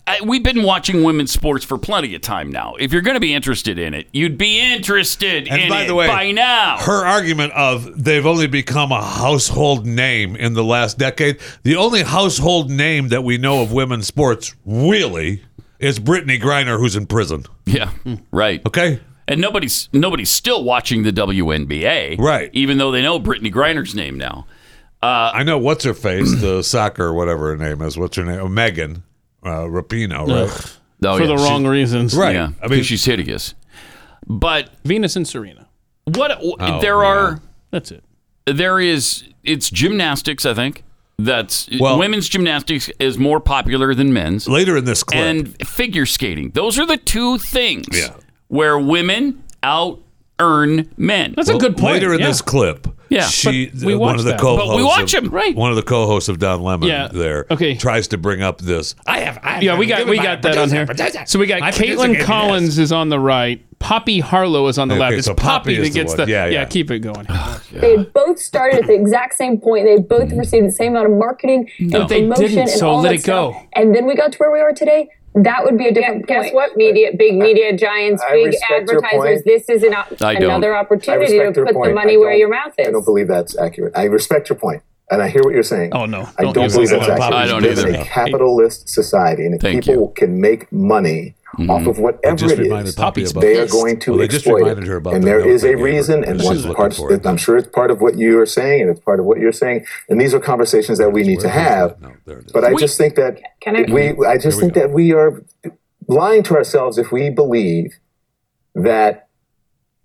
I, we've been watching women's sports for plenty of time now. If you're going to be interested in it, you'd be interested And in by it the way, by now. Her argument of they've only become a household name in the last decade. The only household name that we know of women's sports really is Brittany Griner, who's in prison. yeah, Mm. right. Okay. And nobody's nobody's still watching the WNBA, Right. Even though they know Brittany Griner's name now. I know what's her face, the soccer, or whatever her name is. What's her name? Oh, Megan uh, Rapino, right? Oh, for yeah. the wrong reasons. right. yeah, I mean, because she's hideous. But Venus and Serena. what Oh, there are That's it. there is it's gymnastics. I think that's Well- women's gymnastics is more popular than men's. later in this clip. and figure skating. Those are the two things Yeah. where women out earn men. That's a good point. Later in yeah. this clip, Yeah, she uh, but we one watch of the that. co-hosts. But we watch of- him, right. One of the co-hosts of Don Lemon. Yeah. There. Okay. Tries to bring up this. I have. I have yeah, we got given we my got that on here. producer- producer- So we got my producer gave me Caitlin this. Collins is on the right. Poppy Harlow is on the Okay, left. It's so Poppy Poppy, is that the gets one. the, Yeah, yeah. Keep it going. They had both started at the exact same point. They Mm. both received the same amount of marketing No. and They promotion didn't, and so all let that it stuff. go. And then we got to where we are today. That would be a different. guess point. what? Media, big media giants, I big respect your advertisers. point. This is an, op- I don't. another I opportunity to respect your put the point. money I where don't- your mouth I is. don't believe that's accurate. I respect your point, and I hear what you're saying. Oh no, I Don't don't, use believe that that's word. accurate. I don't We live in either. a capitalist society, and if Thank people can make money off of whatever just it reminded is, Poppy about they are this. going to Well, they just exploit reminded it. her about and the there note is they a gave her, reason, and that one she's looking part. for it. I'm sure it's part of what you are saying, and it's part of what you're saying, and these are conversations that we need to have. But I We- just think that Can I- we, I just think that we are lying to ourselves if we believe that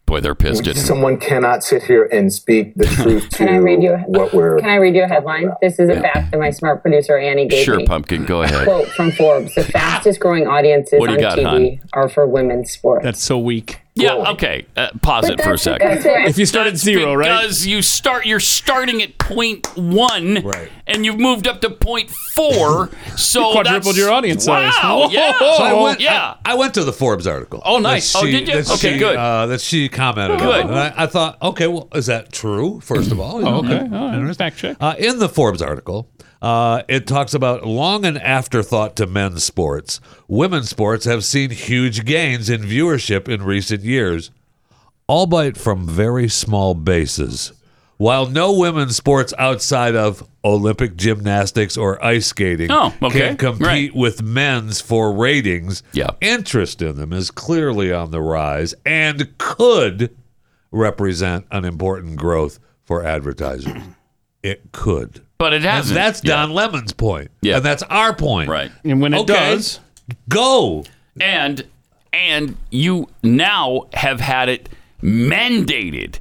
Boy, they're pissed at him. someone cannot sit here and speak the truth to Can I read you a- what we're Can I read you a headline? This is a fact that my smart producer Annie gave Sure, me. pumpkin, go ahead. Quote from Forbes: The fastest growing audiences What do on you got, TV hon? are for women's sports. That's so weak. Yeah, okay. Uh, pause But it for a that's- second. that's it. If you start at zero, because right? you start, you're starting at point one, right. and you've moved up to point four. So You quadrupled that's- your audience Wow, size. Whoa. yeah, So I went- yeah. I went to the Forbes article. Oh, nice. that Oh, did you? that Okay, she, good. Uh, that she commented Good. on. And I, I thought, okay, well, is that true? First of all, Oh, okay. Interesting. All right. Fact check. Uh, in the Forbes article, uh, it talks about long an afterthought to men's sports. Women's sports have seen huge gains in viewership in recent years, albeit from very small bases. While no women's sports outside of Olympic gymnastics or ice skating Oh, okay. can compete with men's for ratings, interest in them is clearly on the rise and could represent an important growth for advertisers. It could. But it And hasn't. that's Don Lemon's point. Yeah. And that's our point. Right. And when it does- go. And and you now have had it mandated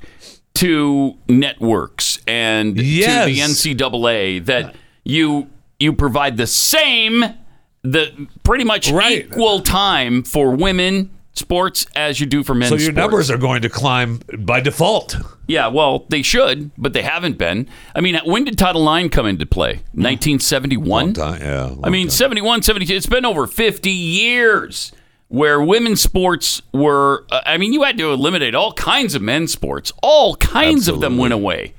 to networks and Yes. to the NCAA that you you provide the same the pretty much equal time for women sports as you do for men. So your sports. numbers are going to climb by default. Yeah, well, they should, but they haven't been. I mean, when did Title IX come into play? 1971? yeah. I mean, 71, 72. It's been over 50 years where women's sports were. Uh, I mean, you had to eliminate all kinds of men's sports, all kinds of them went away.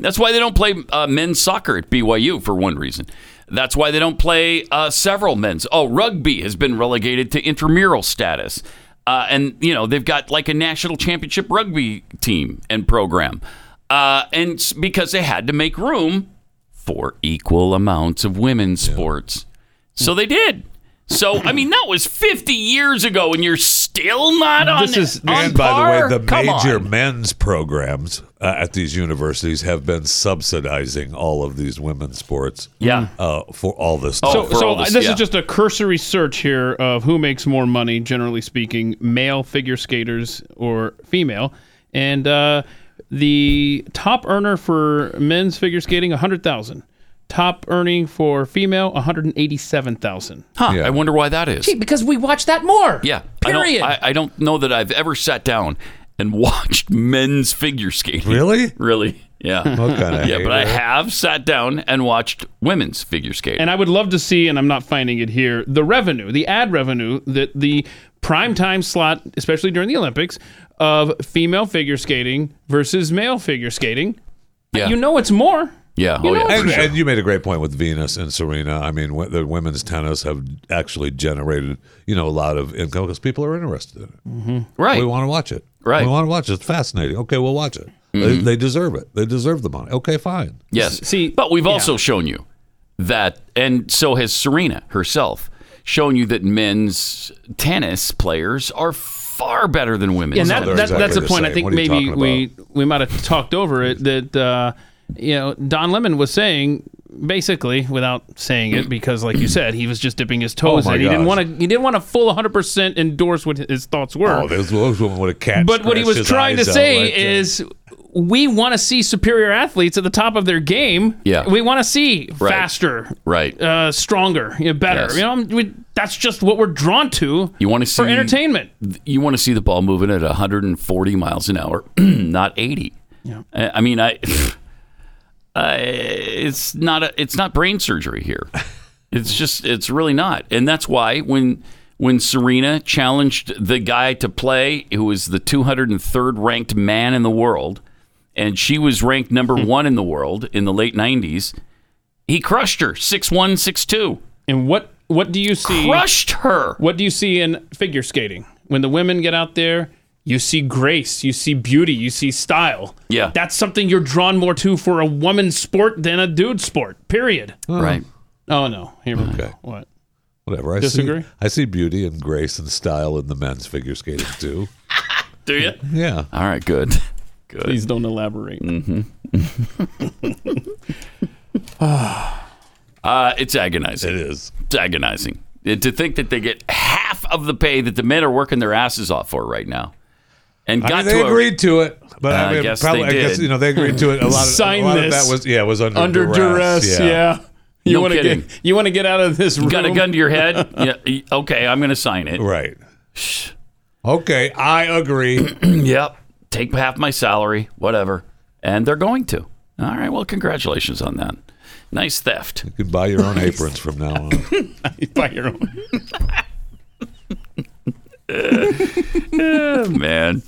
That's why they don't play uh, men's soccer at BYU for one reason. That's why they don't play uh, several men's. Oh, rugby has been relegated to intramural status. Uh, and, you know, they've got like a national championship rugby team and program. Uh, and s- because they had to make room for equal amounts of women's sports. So they did. So, I mean, that was 50 years ago, and you're still not on This is, on and by par? the way, the Come on. major men's programs uh, at these universities have been subsidizing all of these women's sports. Yeah, uh, for all this. So, stuff. so Hmm. this, is just a cursory search here of who makes more money, generally speaking, male figure skaters or female. And uh, the top earner for men's figure skating, 100000 Top earning for female, 187000 Huh, I wonder why that is. because we watch that more. Yeah. Period. I don't, I, I don't know that I've ever sat down and watched men's figure skating. Really? Really. Yeah. What kind of yeah, but I hater? have sat down and watched women's figure skating. And I would love to see, and I'm not finding it here, the revenue, the ad revenue that the prime time slot, especially during the Olympics, of female figure skating versus male figure skating. Yeah. You know it's more. Yeah, You oh, know yeah, for and, sure. and you made a great point with Venus and Serena. I mean, w- the women's tennis have actually generated, you know, a lot of income because people are interested in it. Right. We want to watch it. Right. We want to watch it. It's fascinating. Okay, we'll watch it. They, Mhm. they deserve it. They deserve the money. Okay, fine. Yes. See, but we've also shown you that, and so has Serena herself, shown you that men's tennis players are far better than women's. Yeah, and that, players. that, that's a point I think maybe we we might have talked over it that uh, you know Don Lemon was saying basically without saying it because like you said he was just dipping his toes Oh, my in he didn't gosh. want to he didn't want to full 100% endorse what his thoughts were Oh, those those women would have catch. but what he was scratched his trying to eyes out, say like, uh, is we want to see superior athletes at the top of their game Yeah. we want to see Right. faster Right. uh, stronger you know, better Yes. you know I'm- we, that's just what we're drawn to You want to see for entertainment You want to see the ball moving at 140 miles an hour, not 80. I I mean, I, I it's not a, it's not brain surgery here. It's just it's really not, and that's why when when Serena challenged the guy to play, who was the 203rd ranked man in the world, and she was ranked number Hmm. one in the world in the late 90s, he crushed her six one six two. And what what do you see? Crushed her. What do you see in figure skating? When the women get out there, you see grace, you see beauty, you see style. Yeah. That's something you're drawn more to for a woman's sport than a dude's sport. Period. Right. Oh no. Here we go. What? Hmm. Whatever. I Disagree? See, I see beauty and grace and style in the men's figure skating too. Do you? Yeah. All right. Good. Good. Please don't elaborate. Mm-hmm. Uh, it's agonizing. It is. It's agonizing. And to think that they get half of the pay that the men are working their asses off for right now. And I got mean, they to a- agreed to it, but Uh, I I, mean, guess probably, they I guess did. you know they agreed to it. A lot of, Sign a lot this. of that was yeah, it was under, Under duress. yeah. You No want to kidding. get you want to get out of this room. You got a gun to your head? yeah. y- Okay, I'm going to sign it. Right. Okay, I agree. yep. Take half my salary, whatever. And they're going to. All right. Well, congratulations on that. Nice theft. You can buy your own aprons from now on. Buy your own. Oh, man.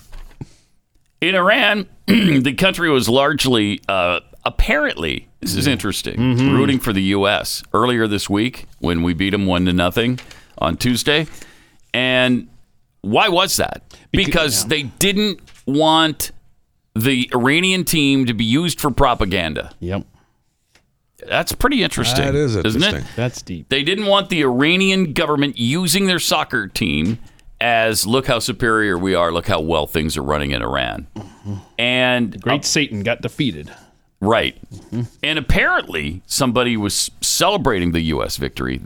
In Iran, the country was largely, uh, apparently, this is interesting, rooting for the U.S. earlier this week when we beat them one to nothing on Tuesday. And why was that? Because they didn't want the Iranian team to be used for propaganda. Yep. That's pretty interesting. That is Isn't it? interesting. That's deep. They didn't want the Iranian government using their soccer team as look how superior we are, look how well things are running in Iran. And Great Satan got defeated. right. And apparently somebody was celebrating the US victory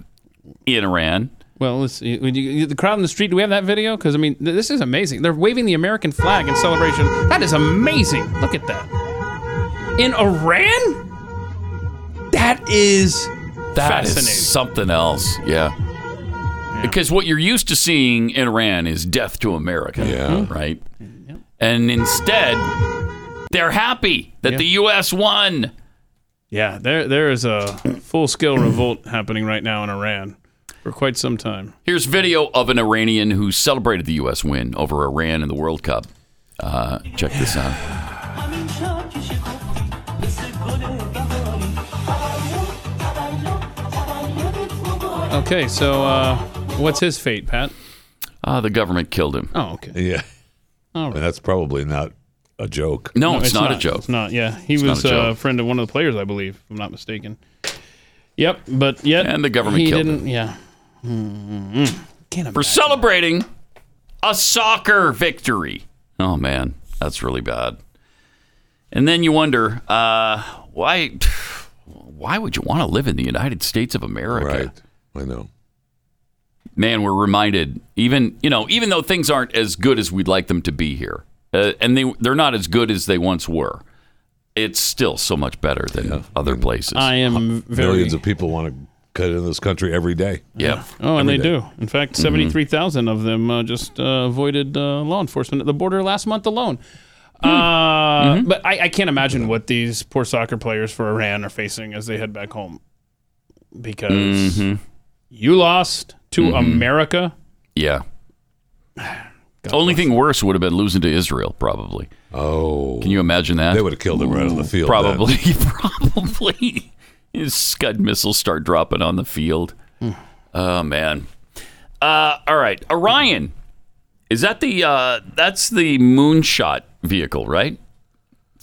in Iran. Well, let's see. When you- the crowd in the street. Do we have that video? Because I mean, th- this is amazing. They're waving the American flag in celebration. That is amazing. Look at that. In Iran, that is That is fascinating. something else. Yeah. Because what you're used to seeing in Iran is death to America. Yeah. Hmm. Right? And instead, they're happy that Yeah. the U.S. won. yeah, there there is a full scale revolt happening right now in Iran for quite some time. Here's video of an Iranian who celebrated the U.S. win over Iran in the World Cup. Uh, check this out. Okay, so uh, what's his fate, Pat? Uh, the government killed him. Oh, okay. Yeah. All right. And that's probably not a joke. No, it's, not, a joke. It's not. Yeah, he not was uh, a a joke. friend of one of the players, I believe, if I'm not mistaken. Yep, but yet And the government he killed didn't. Mm-hmm. Yeah, We're celebrating a soccer victory. Oh, man. That's really bad. And then you wonder uh, why, why would you want to live in the United States of America? Right. I know. man, we're reminded even you know even though things aren't as good as we'd like them to be here, uh, and they they're not as good as they once were. It's still so much better than other places. I am very. Millions of people want to cut into this country every day. yeah, Oh, and they Every day. do. In fact, Mm-hmm. 73,000 of them uh, just uh, avoided uh, law enforcement at the border last month alone. Hmm. Uh, Mm-hmm. But I, I can't imagine what these poor soccer players for Iran are facing as they head back home because Mm. Mm-hmm. you lost to America. yeah. Only thing worse would have been losing to Israel, probably. Oh. Can you imagine that? They would have killed him right on the field. then. probably, probably. His Scud missiles start dropping on the field. Hmm. Oh man! Uh, all right, Orion. Is that the uh, that's the moonshot vehicle, right?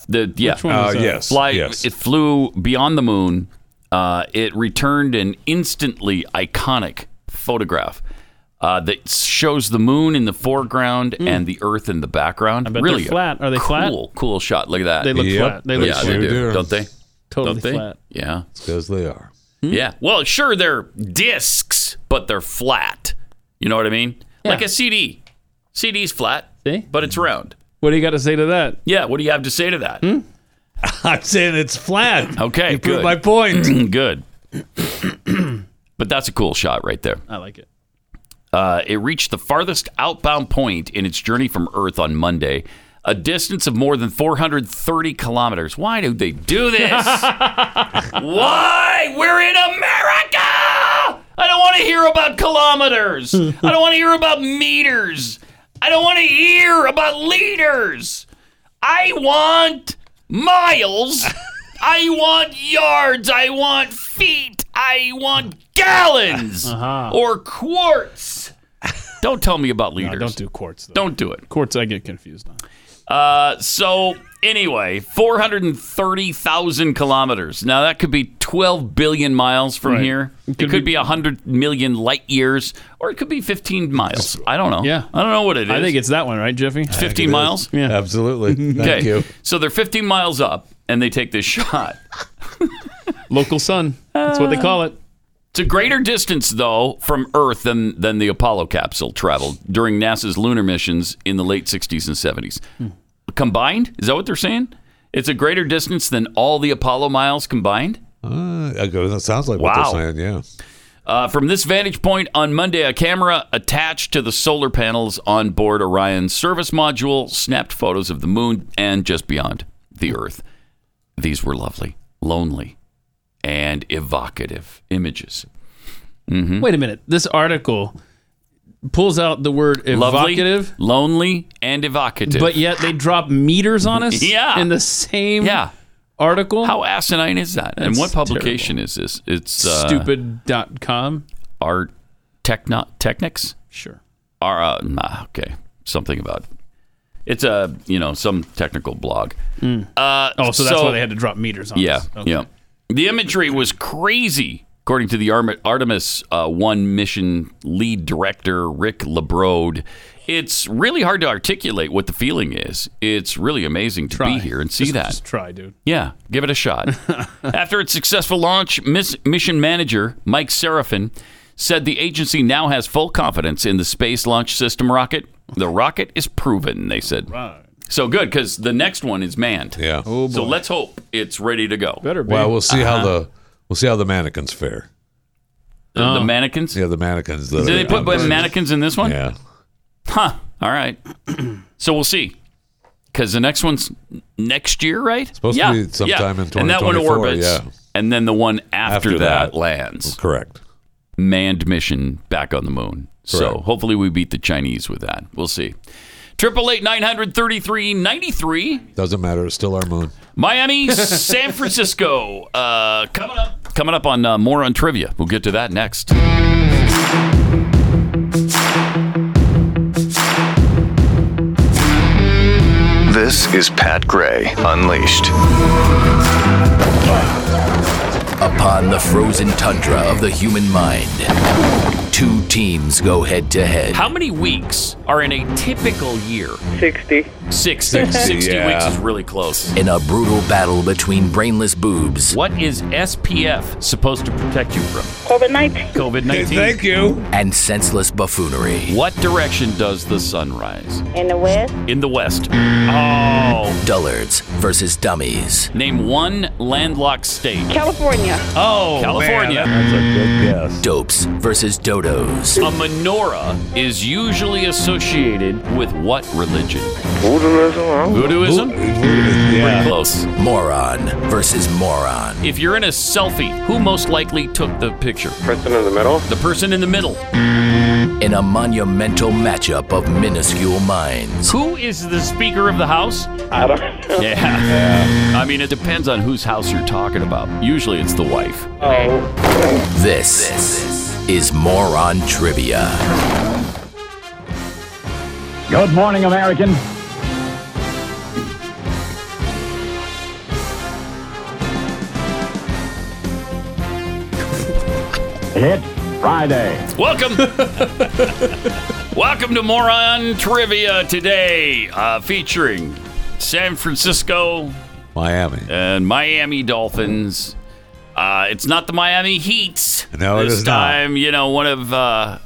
The yeah, Which one is Uh, that? yes. fly. yes. It flew beyond the moon. Uh, it returned an instantly iconic photograph uh, that shows the moon in the foreground Hmm. and the Earth in the background. bet really they're flat. Are they cool, flat? Cool, shot. Look at that. They look Yep. flat. They look yeah, sure they do, do. don't they? totally don't they? flat. Yeah, Hmm. Because they are. yeah. Well, sure, they're discs, but they're flat. You know what I mean? Like a CD. CD's flat, See? but it's round. What do you got to say to that? Hmm? Yeah. What do you have to say to that? I'm saying it's flat. Okay, You proved good. my point. Good. but that's a cool shot right there. I like it. Uh, it reached the farthest outbound point in its journey from Earth on Monday, a distance of more than 430 kilometers. Why do they do this? Why? We're in America! I don't want to hear about kilometers. I don't want to hear about meters. I don't want to hear about liters. I want miles. I want yards. I want feet. I want gallons Uh-huh. or quarts. Don't tell me about liters. don't do quarts. Though. Don't do it. Quarts, I get confused on. Uh, so anyway, 430,000 kilometers. Now that could be 12 billion miles from Right. here. It could, be, 100 million light years or it could be 15 miles. I don't know. Yeah. I don't know what it is. I think it's that one, right, Jeffy? 15 miles? Yeah. Absolutely. okay. So they're 15 miles up and they take this shot. Local sun. That's what they call it. It's a greater distance, though, from Earth than, than the Apollo capsule traveled during NASA's lunar missions in the late 60s and 70s. Hmm. Combined? Is that what they're saying? It's a greater distance than all the Apollo miles combined? Uh, I go- that sounds like what Mm-hmm. Wow. they're saying, yeah. Uh, from this vantage point on Monday, a camera attached to the solar panels on board Orion's service module snapped photos of the moon and just beyond the Earth. These were lovely, lonely, and evocative images. Mhm. Wait a minute. This article pulls out the word Lovely, evocative, lonely, and evocative. but yet they drop meters on us Yeah. in the same yeah. article. How asinine is that? and That's what publication is this? It's uh, Stupid.com. Art techno- Technics. Sure. Are uh, nah, okay. Something about it's a you know some technical blog. Uh, Oh, so that's why they had to drop meters on yeah, us. yeah. The imagery was crazy, according to the Arm- Artemis uh, One mission lead director Rick Lebrode. It's really hard to articulate what the feeling is. It's really amazing to be here and see Just- that. Just try, dude. Yeah, give it a shot. After its successful launch, Miss mission manager Mike Serafin said the agency now has full confidence in the Space Launch System rocket. The rocket is proven, they said. Right. So good, because the next one is manned. Yeah. so let's hope it's ready to go. Better Well, we'll see how the we'll see how the mannequins fare. The- Oh. the mannequins? Yeah, the mannequins. Did they put mannequins in this one? Yeah. Huh. All right. so we'll see. Because the next one's next year, right? Supposed to yeah. be sometime yeah. in And that one 2024, orbits. yeah. And then the one after, After that, that. lands. Correct. Manned mission back on the moon. So Correct. hopefully we beat the Chinese with that. We'll see. Triple eight nine hundred thirty three ninety three. Doesn't matter. It's still our moon. Miami, San Francisco. Uh, coming up, coming up on uh, more on trivia. We'll get to that next. This is Pat Gray Unleashed. Upon the frozen tundra of the human mind, two teams go head to head. How many weeks are in a typical year? 60. 60. 60, weeks is really close. In a brutal battle between brainless boobs. What is SPF supposed to protect you from? COVID 19. COVID 19. Thank you. And senseless buffoonery. What direction does the sun rise? In the West, In the west. Oh. Dullards versus dummies. Name one landlocked state. California. Oh, California. That's a good guess. Dopes versus dodos. A menorah is usually associated with what religion? Voodooism. Voodooism? Pretty close. Moron versus moron. If you're in a selfie, who most likely took the picture? Person in the middle. The person in the middle. In a monumental matchup of minuscule minds. Who is the Speaker of the House? I don't know. Yeah. I mean, it depends on whose house you're talking about. Usually it's the wife. Oh. This, is moron trivia. Good morning, American. Hit Friday. Welcome. Welcome to Moron Trivia today, uh, featuring San Francisco Miami. and Miami Dolphins. Uh, it's not the Miami Heat. No, it this is not. time, you know, one of uh,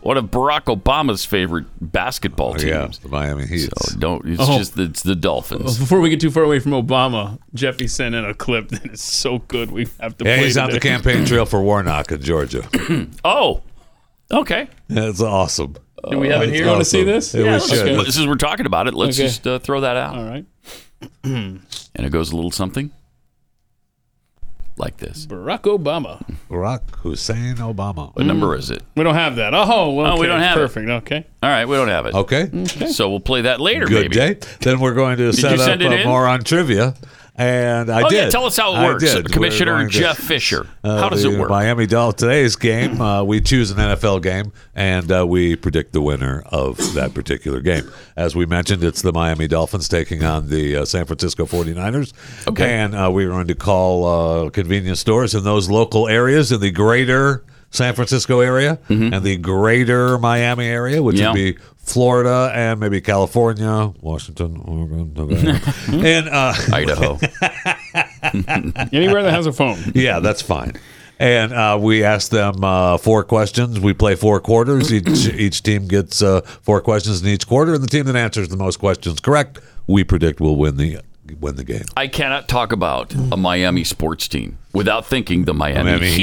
one of Barack Obama's favorite basketball teams. Oh, yeah, the Miami Heat. So don't. It's Oh. just it's the Dolphins. Before we get too far away from Obama, Jeffy sent in a clip that is so good we have to Yeah, play he's on the today. campaign trail for Warnock in Georgia. Oh, okay. That's awesome. Do we have it here? You want to see this? Yeah, Yeah, let's- okay. This is we're talking about it. Let's Okay. just uh, throw that out. All right. and it goes a little something like this. Barack Obama. Barack Hussein Obama. What number is it? We don't have that. Oh, well, Oh, we okay, don't have it. perfect. Okay. All right, we don't have it. Okay. So we'll play that later. Good maybe. day. Then we're going to Did set you up send it uh, in? more on trivia. And I oh did. yeah, tell us how it I works, did. We're Commissioner going to- Jeff Fisher. Uh, how does the it work? Miami Dolph today's game, uh, we choose an NFL game and uh, we predict the winner of that particular game. As we mentioned, it's the Miami Dolphins taking on the uh, San Francisco 49ers. Okay. And uh, we are going to call uh, convenience stores in those local areas in the greater San Francisco area and the greater Miami area, which Mm-hmm. Yeah. would be Florida and maybe California, Washington, Oregon, Nevada. and uh, Idaho. Anywhere that has a phone. Yeah, that's fine. And uh, we ask them uh, four questions. We play four quarters. Each each team gets uh, four questions in each quarter, and the team that answers the most questions correct, we predict will win the win the game. I cannot talk about a Miami sports team without thinking the Miami, Miami Heats.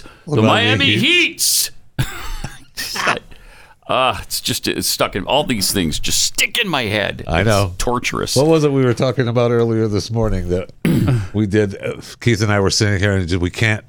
Heats. What The about Miami the Heats. Ah, it's just it's stuck in all these things. Just stick in my head. I It's know. torturous. What was it we were talking about earlier this morning that we did? uh, Keith and I were sitting here, and just, we can't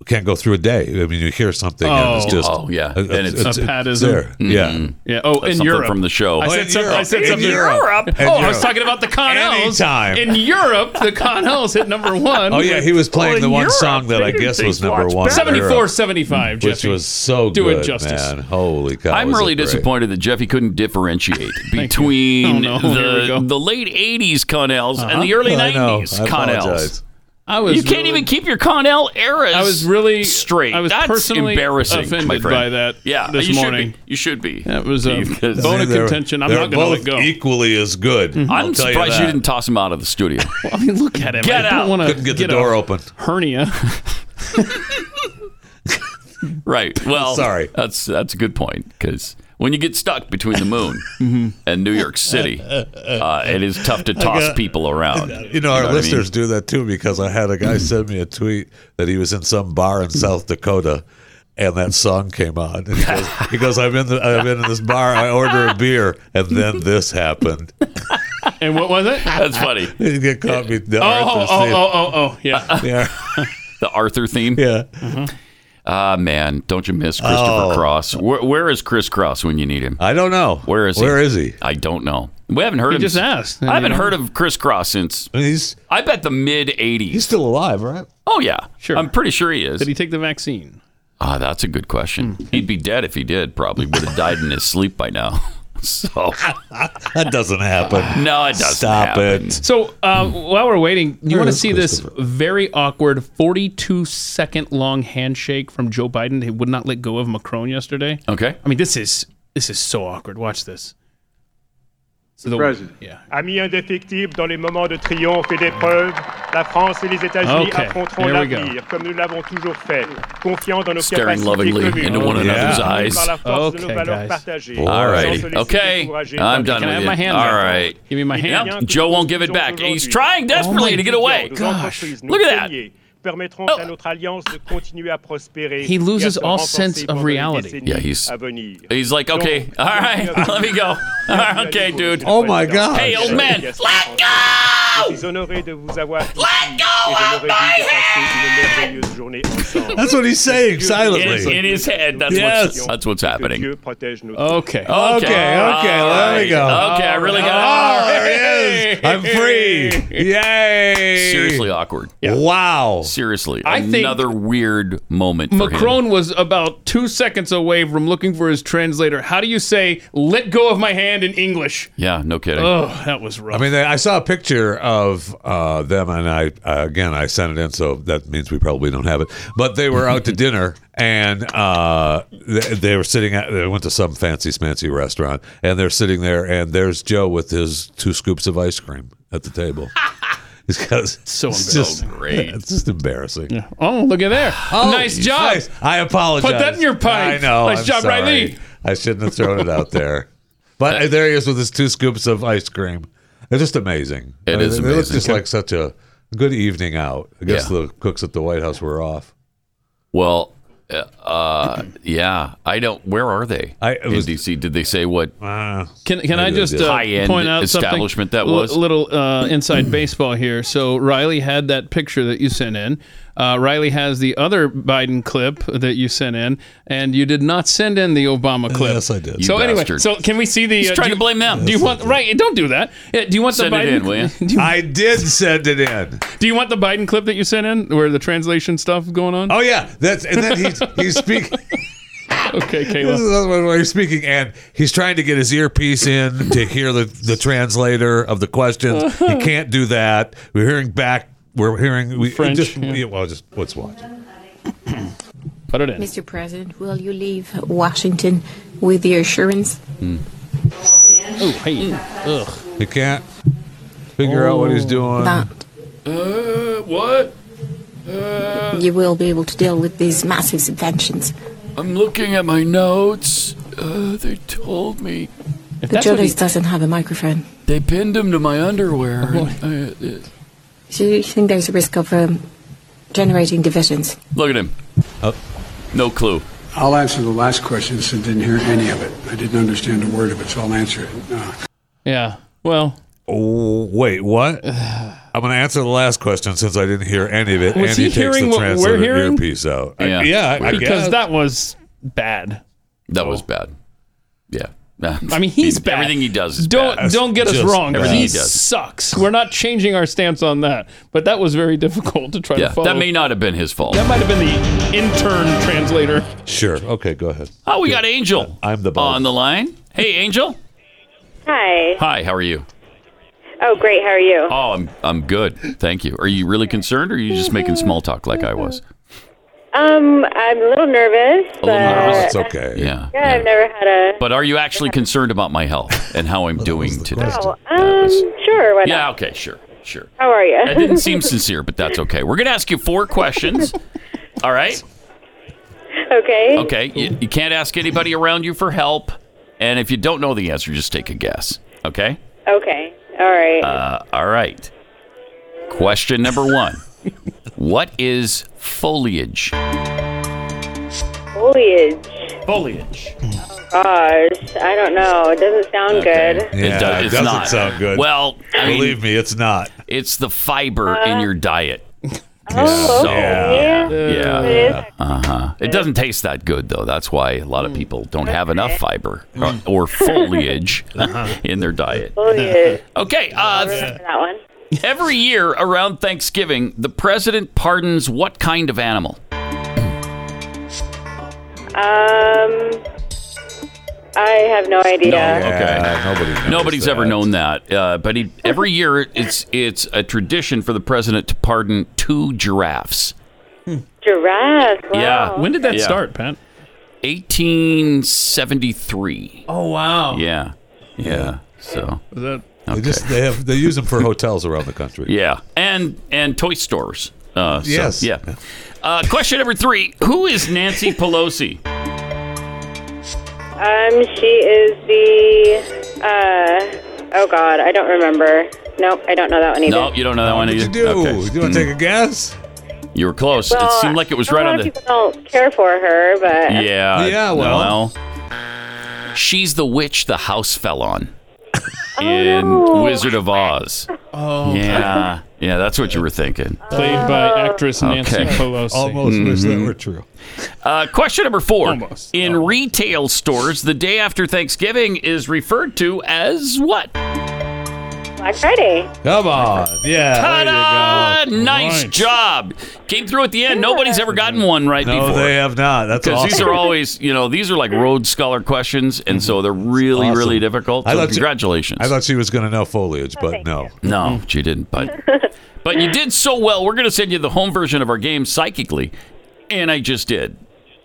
we can't go through a day. I mean, you hear something, and it's just oh yeah, and it's, it's there. Yeah. Yeah. Oh, in Something Europe from the show. I Oh, said, in something, I Europe. said In something. Europe. Oh, In I was Europe. talking about the Connells. Anytime. In Europe, the Connells hit number one. Oh yeah, he was playing Well, the in one Europe, song that I they guess do was things number much one. better. in Europe, 74-75, which Jeffy. was so Do it good, justice. man. Holy cow! I'm was really it great. disappointed that Jeffy couldn't differentiate between the the late '80s Connells Uh-huh. and the early I know. '90s I Connells. apologize. I was you can't really- even keep your Connell eras. I was really straight. I was That's personally embarrassing, offended my friend. by that. Yeah, this you morning. Should be. You should be. That was a Because- bone of contention. I'm They're not going to both let go. Mm-hmm. Equally as good. I'm I'll tell you surprised you, that. didn't toss him out of the studio. I mean, look at him. Get I out. don't want to Couldn't get the door open. Hernia. right. Well, Sorry. That's that's a good point because when you get stuck between the moon Mm-hmm. and New York City, uh, it is tough to I toss got- people around. You know, our what I mean? listeners do that too because I had a guy send me a tweet that he was in some bar in South Dakota and that song came on. And he, goes, he goes, I've been, the, I've been in this bar, I order a beer, and then this happened. and what was it? That's funny. He get caught me. The Oh, oh, Arthur oh, Steve. oh, oh, oh, yeah. Yeah. the Arthur theme. Yeah. Ah man, don't you miss Christopher Oh. Cross? Where, where is Chris Cross when you need him? I don't know. Where is he? Where is he? I don't know. We haven't heard He of him. just since- asked. I haven't You know. heard of Chris Cross since He's I bet the mid '80s. he's still alive, right? Oh yeah, Sure. I'm pretty sure he is. Did he take the vaccine? Hmm. Ah, that's a good question. He'd be dead if he did. Probably would have died in his sleep by now. So That doesn't happen. no, Oh, it doesn't. Stop happen. it. So uh, while we're waiting, you Where want to is see this Christopher? very awkward 42 second long handshake from Joe Biden? He would not let go of Macron yesterday. Okay. I mean, this is this is so awkward. Watch this. So the- Yeah. Amis indéfectibles dans les moments de triomphe et d'épreuve, la France et les États-Unis Okay, affronteront there we go. l'avenir comme nous l'avons toujours fait, confiants dans nos Staring capacités lovingly communes. into one another's Unis eyes. Par la force de Okay, nos guys. valeurs partagées. All righty. E Sans se laisser Okay. décourager par I'm des done Can I with have it. my hand All back? right. Give me my hand. Yep, Joe won't give it back. He's Oh trying desperately to get away. Gosh. Look at that. Oh. Permettront à notre alliance de continuer à prospérer. He et à loses se all renforcer sense of pendant les reality. décennies Yeah, he's- à venir. He's like, okay, all right, let me go. All right, okay, dude. Oh my God. Hey, old man, let Je go. suis honoré de vous avoir ici et je me réjouis de passer une merveilleuse journée ensemble. That's what he's saying In his, silently. in his head, that's what's Yes. that's what's Que happening. Dieu protège nos Okay. Okay, okay, all there we go. right. Okay, I really Oh, got it. there he is. I'm free. Yay. Seriously awkward. Wow. Seriously, I think- another weird moment. for him. Macron was about two seconds away from looking for his translator. How do you say "let go of my hand" in English? Yeah, no kidding. Oh, that was rough. I mean, they, I saw a picture of uh, them, and I uh, again I sent it in, so that means we probably don't have it. But they were out to dinner, and uh, they, they were sitting. At, they went to some fancy smancy restaurant, and they're sitting there, and there's Joe with his two scoops of ice cream at the table. It's 'cause- So it's just embarrassing. Great. It's just embarrassing. oh, look at there. nice job. Nice. I apologize. Put that in your pipe. I know. Nice I'm job, sorry. Riley. I shouldn't have thrown it out there. But uh, there he is with his two scoops of ice cream. They're just amazing. It It is is They look amazing. just like such a good evening out. I guess Yeah. the cooks at the White House were off. Well, Uh, yeah, I don't. Where are they I, was- in DC? Did they say what? Can can maybe they I just did. uh, High-end point out something? establishment that L- was? little uh, inside baseball here. So Riley had that picture that you sent in. Uh, Riley has the other Biden clip that you sent in, and you did not send in the Obama clip. Yes, I did. You So anyway, bastard. so can we see the? He's uh, trying to do you- blame them. Do you want right? Don't do that. Yeah, do you want Send the it Biden? in, will you? do you? I did send it in. Do you want the Biden clip that you sent in, where the translation stuff going on? Oh yeah, that's and then he's he's speaking. okay, This is Caleb. another one where he's speaking, and he's trying to get his earpiece in to hear the, the translator of the questions. He can't do that. We're hearing back. We're hearing we, French, Just, yeah. yeah, well, just let's watch. Put it in. Mr. President, will you leave Washington with the assurance? Hmm. Hmm. Oh, hey. Ugh. He can't figure out what Oh. he's doing. That Uh, what? Uh. you will be able to deal with these massive subventions. I'm looking at my notes. Uh, they told me But Jonas doesn't have a microphone. they pinned him to my underwear. Oh, uh, So you think there's a risk of um, generating divisions? Look at him. Oh. No clue. I'll answer the last question since I didn't hear any of it. I didn't understand a word of it, so I'll answer it. Uh, Yeah. Well, Oh wait, what? I'm going to answer the last question since I didn't hear any of it. Was and he, he takes hearing the what we're translator hearing? earpiece out. I- Yeah. yeah, I, I Weird. guess. because that was bad. That was bad. Yeah. I mean, he's bad. Everything he does is don't bad. don't get us Just wrong. Everything He he does. sucks. We're not changing our stance on that. But that was very difficult to try Yeah, to follow. that may not have been his fault. That might have been the intern translator. sure. Okay, go ahead. Oh, we got Angel I'm the boss. on the line. Hey, Angel. Hi. Hi, how are you? Oh, great. How are you? Oh, I'm I'm good. Thank you. Are you really concerned or are you just making small talk like I was? Um, I'm a little nervous. A little nervous, Uh, it's okay. Yeah. Yeah, I've never had a. But are you actually concerned about my health and how I'm doing today? Oh, um, sure. Why not? Yeah, okay, sure. Sure. How are you? That didn't seem sincere, but that's okay. We're going to ask you four questions. All right? okay. Okay. You, you can't ask anybody around you for help. And if you don't know the answer, just take a guess. Okay? Okay. All right. Uh, all right. Question number one What is foliage? Foliage. Oh, Foliage. Gosh, I don't know. It doesn't sound good. Yeah, do- it it's doesn't not. sound good. Well, I mean, Believe me, it's not. it's the fiber in your diet. Uh, Oh, So, okay. Yeah. It is. Uh huh. It doesn't taste that good though. That's why a lot Mm. of people don't have enough fiber Mm. or, or foliage in their diet. Foliage. Okay. uh, I Oh, remember that one. Every year around Thanksgiving, the president pardons what kind of animal? Um, I have no idea. nobody knows Nobody's ever known that. Uh, but he, every year, it's it's a tradition for the president to pardon two giraffes. Giraffe. Wow. Yeah. When did that Yeah. start, Pat? 1873. Oh wow. Yeah. Yeah. So. Was that They just they have they use them for hotels around the country. Yeah, and and toy stores. Uh, so, Yes. Yeah. Uh, question number three: Who is Nancy Pelosi? Um, she is the. Uh, oh God, I don't remember. Nope, Oh, I don't know that one either. No, you don't know that one. What either. you do? Okay. You want to take a guess? You were close. Well, it seemed like it was a right lot on of the. People don't care for her, but Yeah. Yeah, no, well. well. she's the witch the house fell on Oh, in Wizard of Oz. Oh. Yeah. Yeah, that's what you were thinking. Played by Oh. actress Nancy Okay. Mm-hmm. Pelosi. Almost wish that were true. Uh, question number four. In retail stores, the day after Thanksgiving is referred to as what? Black Friday. Come on, yeah. Ta-da! Nice Right. job. Came through at the end. Nobody's ever gotten one right No, before. they have not. That's Because awesome. these are always, you know, these are like Rhodes Scholar questions, and so they're really, Awesome. really difficult. I So thought you- congratulations. I thought she was going to know foliage, but no. no, she didn't, but but you did so well. We're going to send you the home version of our game psychically, and I just did.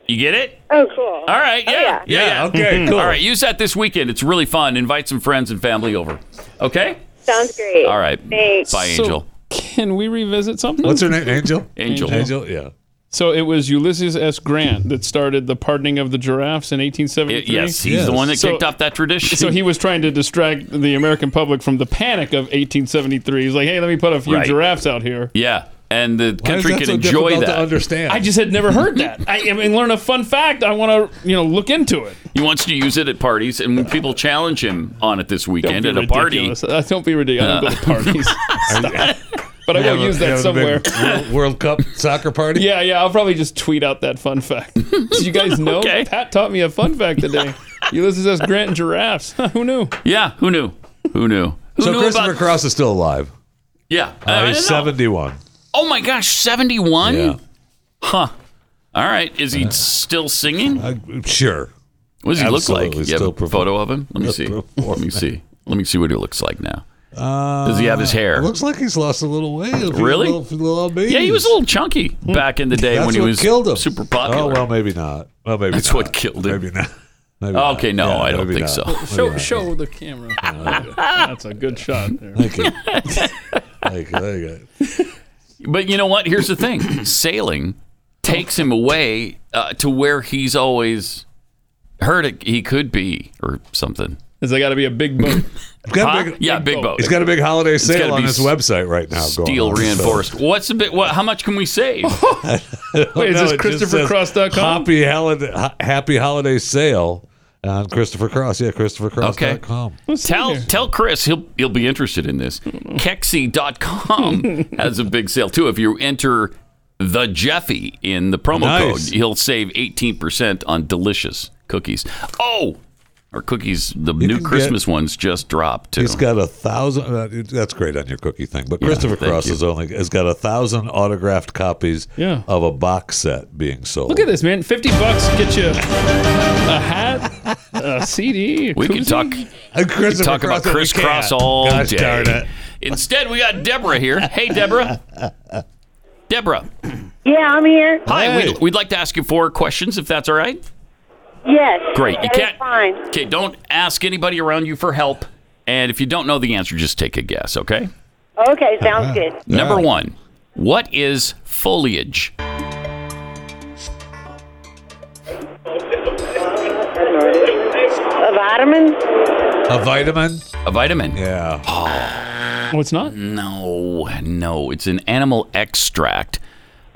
You get it? Oh, cool. All right. Yeah. Mm-hmm. yeah. Yeah, okay, cool. All right. Use that this weekend. It's really fun. Invite some friends and family over. Okay. Sounds great. All right. Thanks. Bye, Angel. So, can we revisit something? What's her name? Angel. Angel. Angel. Yeah. So it was Ulysses S. Grant that started the pardoning of the giraffes in 1873. Yes, he's the one that kicked off that tradition. So he was trying to distract the American public from the panic of 1873. He's like, "Hey, let me put a few Right. giraffes out here." Yeah. and the is country that can so enjoy difficult to that. understand? I just had never heard that. I, I mean, learn a fun fact. I want to, you know, look into it. He wants to use it at parties, and when people challenge him on it this weekend at a party, Ridiculous. Uh, don't be ridiculous. I don't go to parties. Stop. But I You will have a- use you that have a somewhere. big World, World Cup soccer party. Yeah, yeah. I'll probably just tweet out that fun fact. Did you guys know Pat taught me a fun fact today? Ulysses S. Grant and giraffes. Who knew? yeah, who knew? Who knew? Who so knew Christopher about- Cross is still alive. Yeah, I- I Uh, he's didn't know. seventy-one. Oh my gosh, seventy-one. Yeah. Huh. All right. Is he still singing? Uh, Sure. What does he look Absolutely like? You have still a photo of him? Let me see. Let me see. Let me see what he looks like now. Uh, Does he have his hair? Looks like he's lost a little weight. a few Really? little- few little babies. Yeah, he was a little chunky Hmm. back in the day That's when he what was killed him. super popular. Oh well, maybe not. Well, maybe That's not. what killed him. Maybe not. Maybe not. okay, no, Yeah, I don't maybe think not. so. Maybe Show, not. show the camera. That's a good shot. There. Thank you. Thank you. Thank you. But you know what? Here's the thing: sailing takes him away uh, to where he's always heard it, he could be or something. Is there got to be a big boat? Huh? yeah, big boat. He's got a big holiday It's gotta sale on be his website right now. going Steel on, so- reinforced. What's the bit? What? How much can we save? Wait, is No, this it just says ChristopherCross.com? Happy holiday, ha- happy holiday sale on Christopher Cross. Yeah, ChristopherCross.com. Tell tell Chris he'll he'll be interested in this. Kexi.com has a big sale too. If you enter the Jeffy in the promo Nice. code, he'll save eighteen percent on delicious cookies. Oh, our cookies, the new can Christmas ones just dropped too. He's got a thousand. Uh, that's great on your cookie thing, but Yeah, Christopher thank Cross you. is only has got a thousand autographed copies Yeah. of a box set being sold. Look at this, man. 50 bucks get you a hat, a CD. A we can koozie. talk. Uh, We can talk Christopher Cross, about Chris we Cross can't. all Gosh day. darn it. Instead, we got Deborah here. Hey, Deborah. Deborah. Yeah, I'm here. Hi. We'd, we'd like to ask you four questions, if that's all right. Yes. Great. You that is can't. Fine. Okay, don't ask anybody around you for help. And if you don't know the answer, just take a guess, okay? Okay, sounds Uh-huh. good. Number one, what is foliage? A vitamin? A vitamin? A vitamin. Yeah. Oh, it's not? No, no. It's an animal extract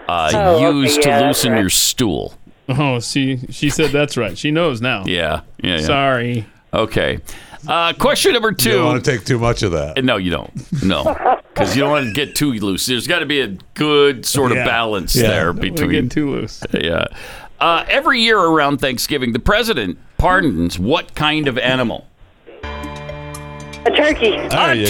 uh, Oh, okay, used yeah, to that's loosen right. your stool. Oh, she she said that's right. She knows now. Yeah, yeah, yeah. Sorry. Okay. Uh, question number two. Uh, You don't want to take too much of that. No, you don't. No, because you don't want to get too loose. There's got to be a good sort of Yeah. balance Yeah. there Don't wanna between get too loose. Yeah. Uh, every year around Thanksgiving, the president pardons what kind of animal? A turkey. a turkey.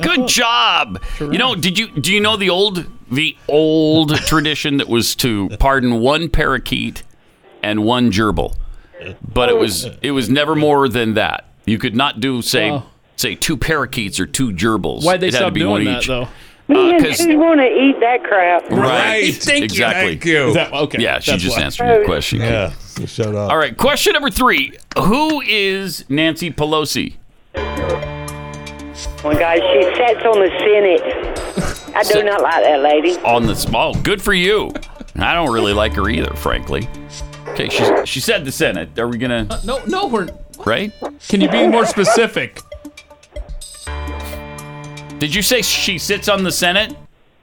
Good job. You know, did you do you know the old the old tradition that was to pardon one parakeet and one gerbil, but Oh, it was it was never more than that. You could not do say Wow. say two parakeets or two gerbils. Why'd they it had to stop be one doing that, each. Uh, though? Man, 'cause- who'd want to eat that crap? Right. exactly. you. Is that- okay, Yeah, she that's just why. answered your question. Yeah. uh, So shut up. All right. Question number three: Who is Nancy Pelosi? Oh my God, she sits on the Senate. I do not like that lady. on the small. Good for you. I don't really like her either, frankly. Okay, she she said the Senate. Are we gonna No, no, we're. right? Can you be more specific? Did you say she sits on the Senate?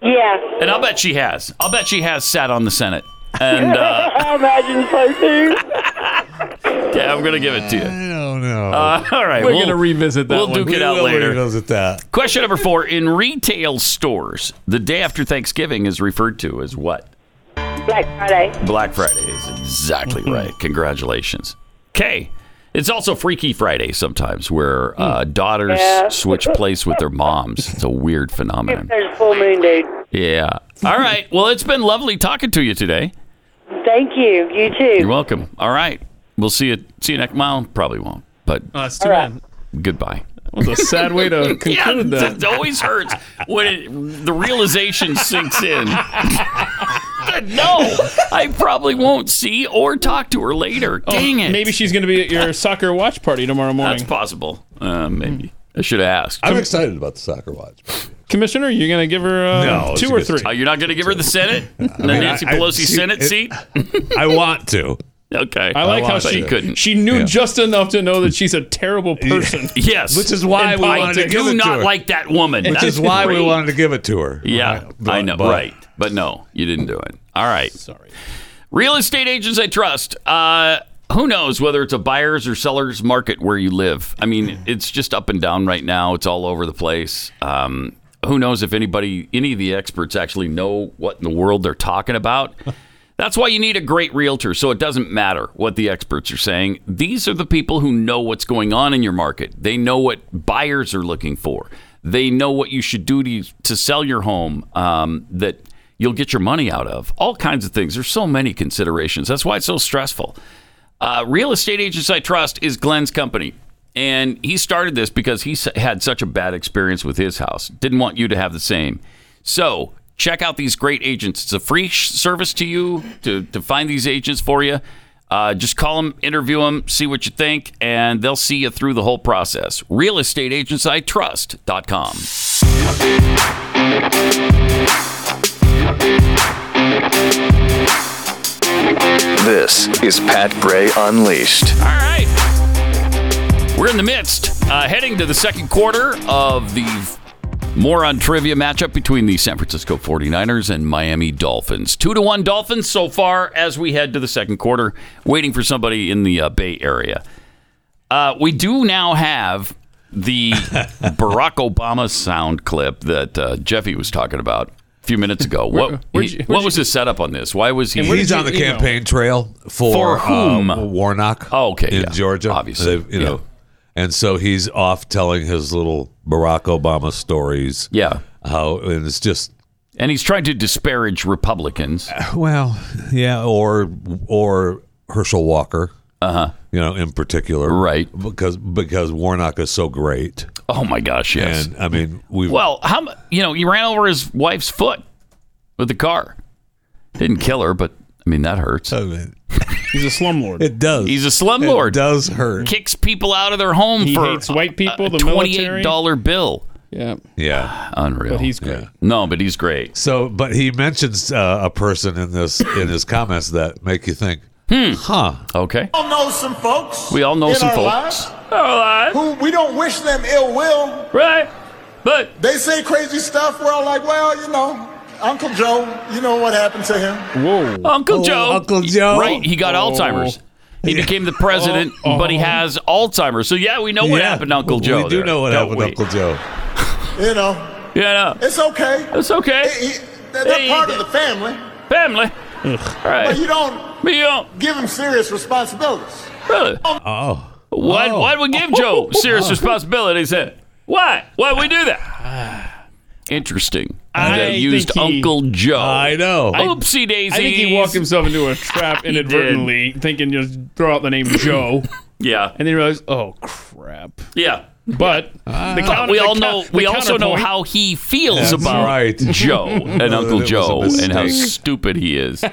Yeah. And I'll bet she has. I'll bet she has sat on the Senate. And uh, I imagine so too. yeah, I'm gonna give it to you. I don't know. Uh, all right, We're we'll- gonna revisit that We'll one. duke We it out will later. revisit that. Question number four: In retail stores, the day after Thanksgiving is referred to as what? Black Friday. Black Friday is exactly Mm-hmm. right. Congratulations. Okay. It's also Freaky Friday sometimes, where uh, Mm. daughters Yeah. switch place with their moms. It's a weird phenomenon. There's a full moon, dude. Yeah. All right. Well, it's been lovely talking to you today. Thank you. You too. You're welcome. All right. We'll see you. See you next. Well, probably won't. But Uh, it's too bad. goodbye. That was a sad way to conclude yeah, that. It always hurts when it, the realization sinks in. no, I probably won't see or talk to her later. Dang it. Maybe she's going to be at your soccer watch party tomorrow Oh, morning. Hmm. That's possible. Uh, maybe. I should have asked. I'm excited about the soccer watch. Commissioner, you're going to give her uh, No, it's two or just- three. Oh, you're not going to give her the Senate? the mean, Nancy I- I- Pelosi she- Senate it- seat? I want to. Okay. I like how But she you couldn't. She knew Yeah. just enough to know that she's a terrible person. Yes. which is why And we I wanted to do give it to not her. like that woman. Which That's is why we great. wanted to give it to her. Yeah, I know, but- right? But no, you didn't do it. All right. Sorry. Real estate agents I trust. Uh, who knows whether it's a buyer's or seller's market where you live? I mean, it's just up and down right now. It's all over the place. Um, who knows if anybody, any of the experts, actually know what in the world they're talking about? That's why you need a great realtor. So it doesn't matter what the experts are saying. These are the people who know what's going on in your market. They know what buyers are looking for. They know what you should do to, to sell your home um, that you'll get your money out of. All kinds of things. There's so many considerations. That's why it's so stressful. Uh, Real Estate Agents I Trust is Glenn's company. And he started this because he s- had such a bad experience with his house. Didn't want you to have the same. So check out these great agents. It's a free sh- service to you to, to find these agents for you. Uh, just call them, interview them, see what you think, and they'll see you through the whole process. RealEstateAgentsITrust.com. This is Pat Gray Unleashed. All right. We're in the midst, uh, heading to the second quarter of the moron trivia matchup between the San Francisco 49ers and Miami Dolphins. Two to one Dolphins so far as we head to the second quarter, waiting for somebody in the uh, Bay Area. Uh, we do now have the Barack Obama sound clip that uh, Jeffy was talking about a few minutes ago. What, where'd you- he- what was his setup on this? Why was he? And he's on the campaign trail for, For whom? uh, Warnock. Oh, okay, in yeah, Georgia, obviously, you yeah. know. And so he's off telling his little Barack Obama stories. Yeah, how and it's just and he's trying to disparage Republicans. Well, yeah, or or Herschel Walker. Uh huh. You know, in particular, Uh-huh. right? Because because Warnock is so great. Oh my gosh, yes. And I mean, we Well, how mu- you know, he ran over his wife's foot with the car. Didn't kill her, but I mean that hurts. He's a slumlord. Oh, It does. He's a slumlord. does hurt. Kicks people out of their home He for hates white people, a, the twenty-eight military. dollar bill. Yeah. Yeah, unreal. But he's great. No, but he's great. So, but he mentions uh, a person in this in his comments that make you think, hmm, huh? Okay. all know some folks. We all know in some our folks. Lives, Who we don't wish them ill will. Right. But they say crazy stuff. We're all like, well, you know, Uncle Joe, you know what happened to him. Whoa. Uncle Oh, Joe. Uncle Joe. Right. He got Oh. Alzheimer's. He became the president, Oh, oh. but he has Alzheimer's. So yeah, we know what Yeah. happened to Uncle We Joe. do there, know what don't happened to Uncle we? Joe. You know, Yeah. I know. it's okay. It's okay. He- he- they're they're Hey, part that- of the family, Family. All right. but you don't, Me don't give them serious responsibilities. Really? Oh. Why, Why'd we give Joe serious responsibilities then? Why? Why'd we do that? Interesting. I they think used he- Uncle Joe. I know. Oopsie daisy. I think he walked himself into a trap inadvertently, thinking just throw out the name Joe. yeah. And then he realized, oh crap. Yeah. But the But counter- we the all cou- know. the We also know counterpoint- how he feels That's about right. Joe and That Uncle was a Joe and how mistake. stupid he is.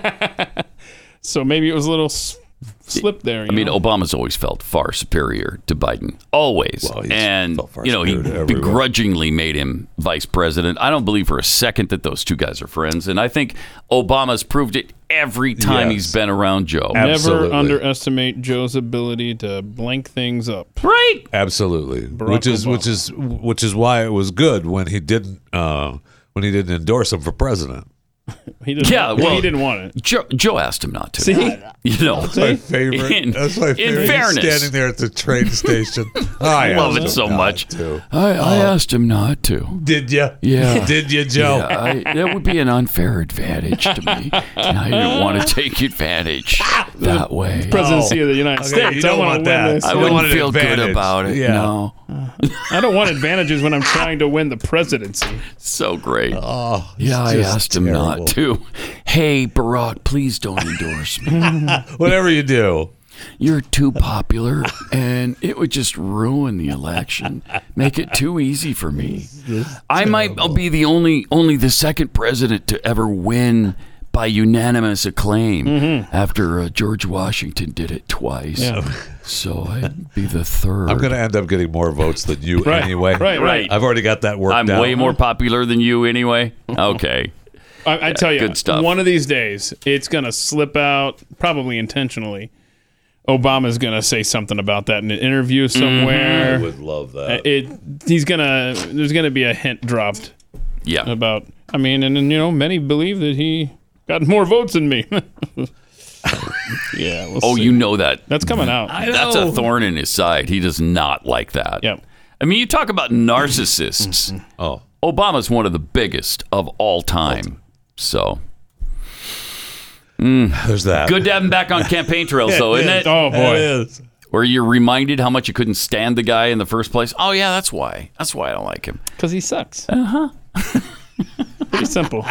So maybe it was a little s- slip there. I mean, oh, Obama's always felt far superior to Biden, always, and you know he superior to everyone. begrudgingly made him vice president. I don't believe for a second that those two guys are friends, and I think Obama's proved it every time he's been around Joe. Never underestimate Joe's ability to blank things up. Right. Absolutely. which is which is which is why it was good when he didn't uh, when he didn't endorse him for president. He didn't, Yeah, well, he didn't want it. Joe, Joe asked him not to. See? You know, That's my favorite. In, That's my in favorite. He's fairness, standing there at the train station. I love it so much. I, I Uh, asked him not to. Did you? Yeah. Did you, Joe? Yeah, I, that would be an unfair advantage to me. And I didn't want to take advantage that way. Presidency of the United Okay, States. you I don't wanna want win that. this. You I don't want wouldn't an feel good advantage. about it. Yeah. No. I don't want advantages when I'm trying to win the presidency. So great. Oh, yeah, I just asked him not to. Hey, Barack, please don't endorse me. Whatever you do. You're too popular, and it would just ruin the election. Make it too easy for me. I might be the only only the second president to ever win by unanimous acclaim after uh, George Washington did it twice. Mm-hmm. Yeah. So I'd be the third. I'm going to end up getting more votes than you Right, anyway. right, right. I've already got that worked I'm out. way more popular than you anyway. Okay. I, I tell you, good stuff. one of these days, it's going to slip out, probably intentionally. Obama's going to say something about that in an interview Mm-hmm. somewhere. I would love Uh, that. It he's gonna there's gonna be a hint dropped. Yeah. About I mean, and, then you know, many believe that he got more votes than me. yeah. oh, see. you know that. That's coming out. I That's know. a thorn in his side. He does not like that. Yep. I mean, you talk about narcissists. Mm-hmm. oh. Obama's one of the biggest of all time. So. Mm. There's that. Good to have him back on campaign trails, though, isn't it? Oh boy. Where you're reminded how much you couldn't stand the guy in the first place. Oh yeah, that's why. That's why I don't like him. Uh-huh. Because he sucks. Uh huh. Pretty simple.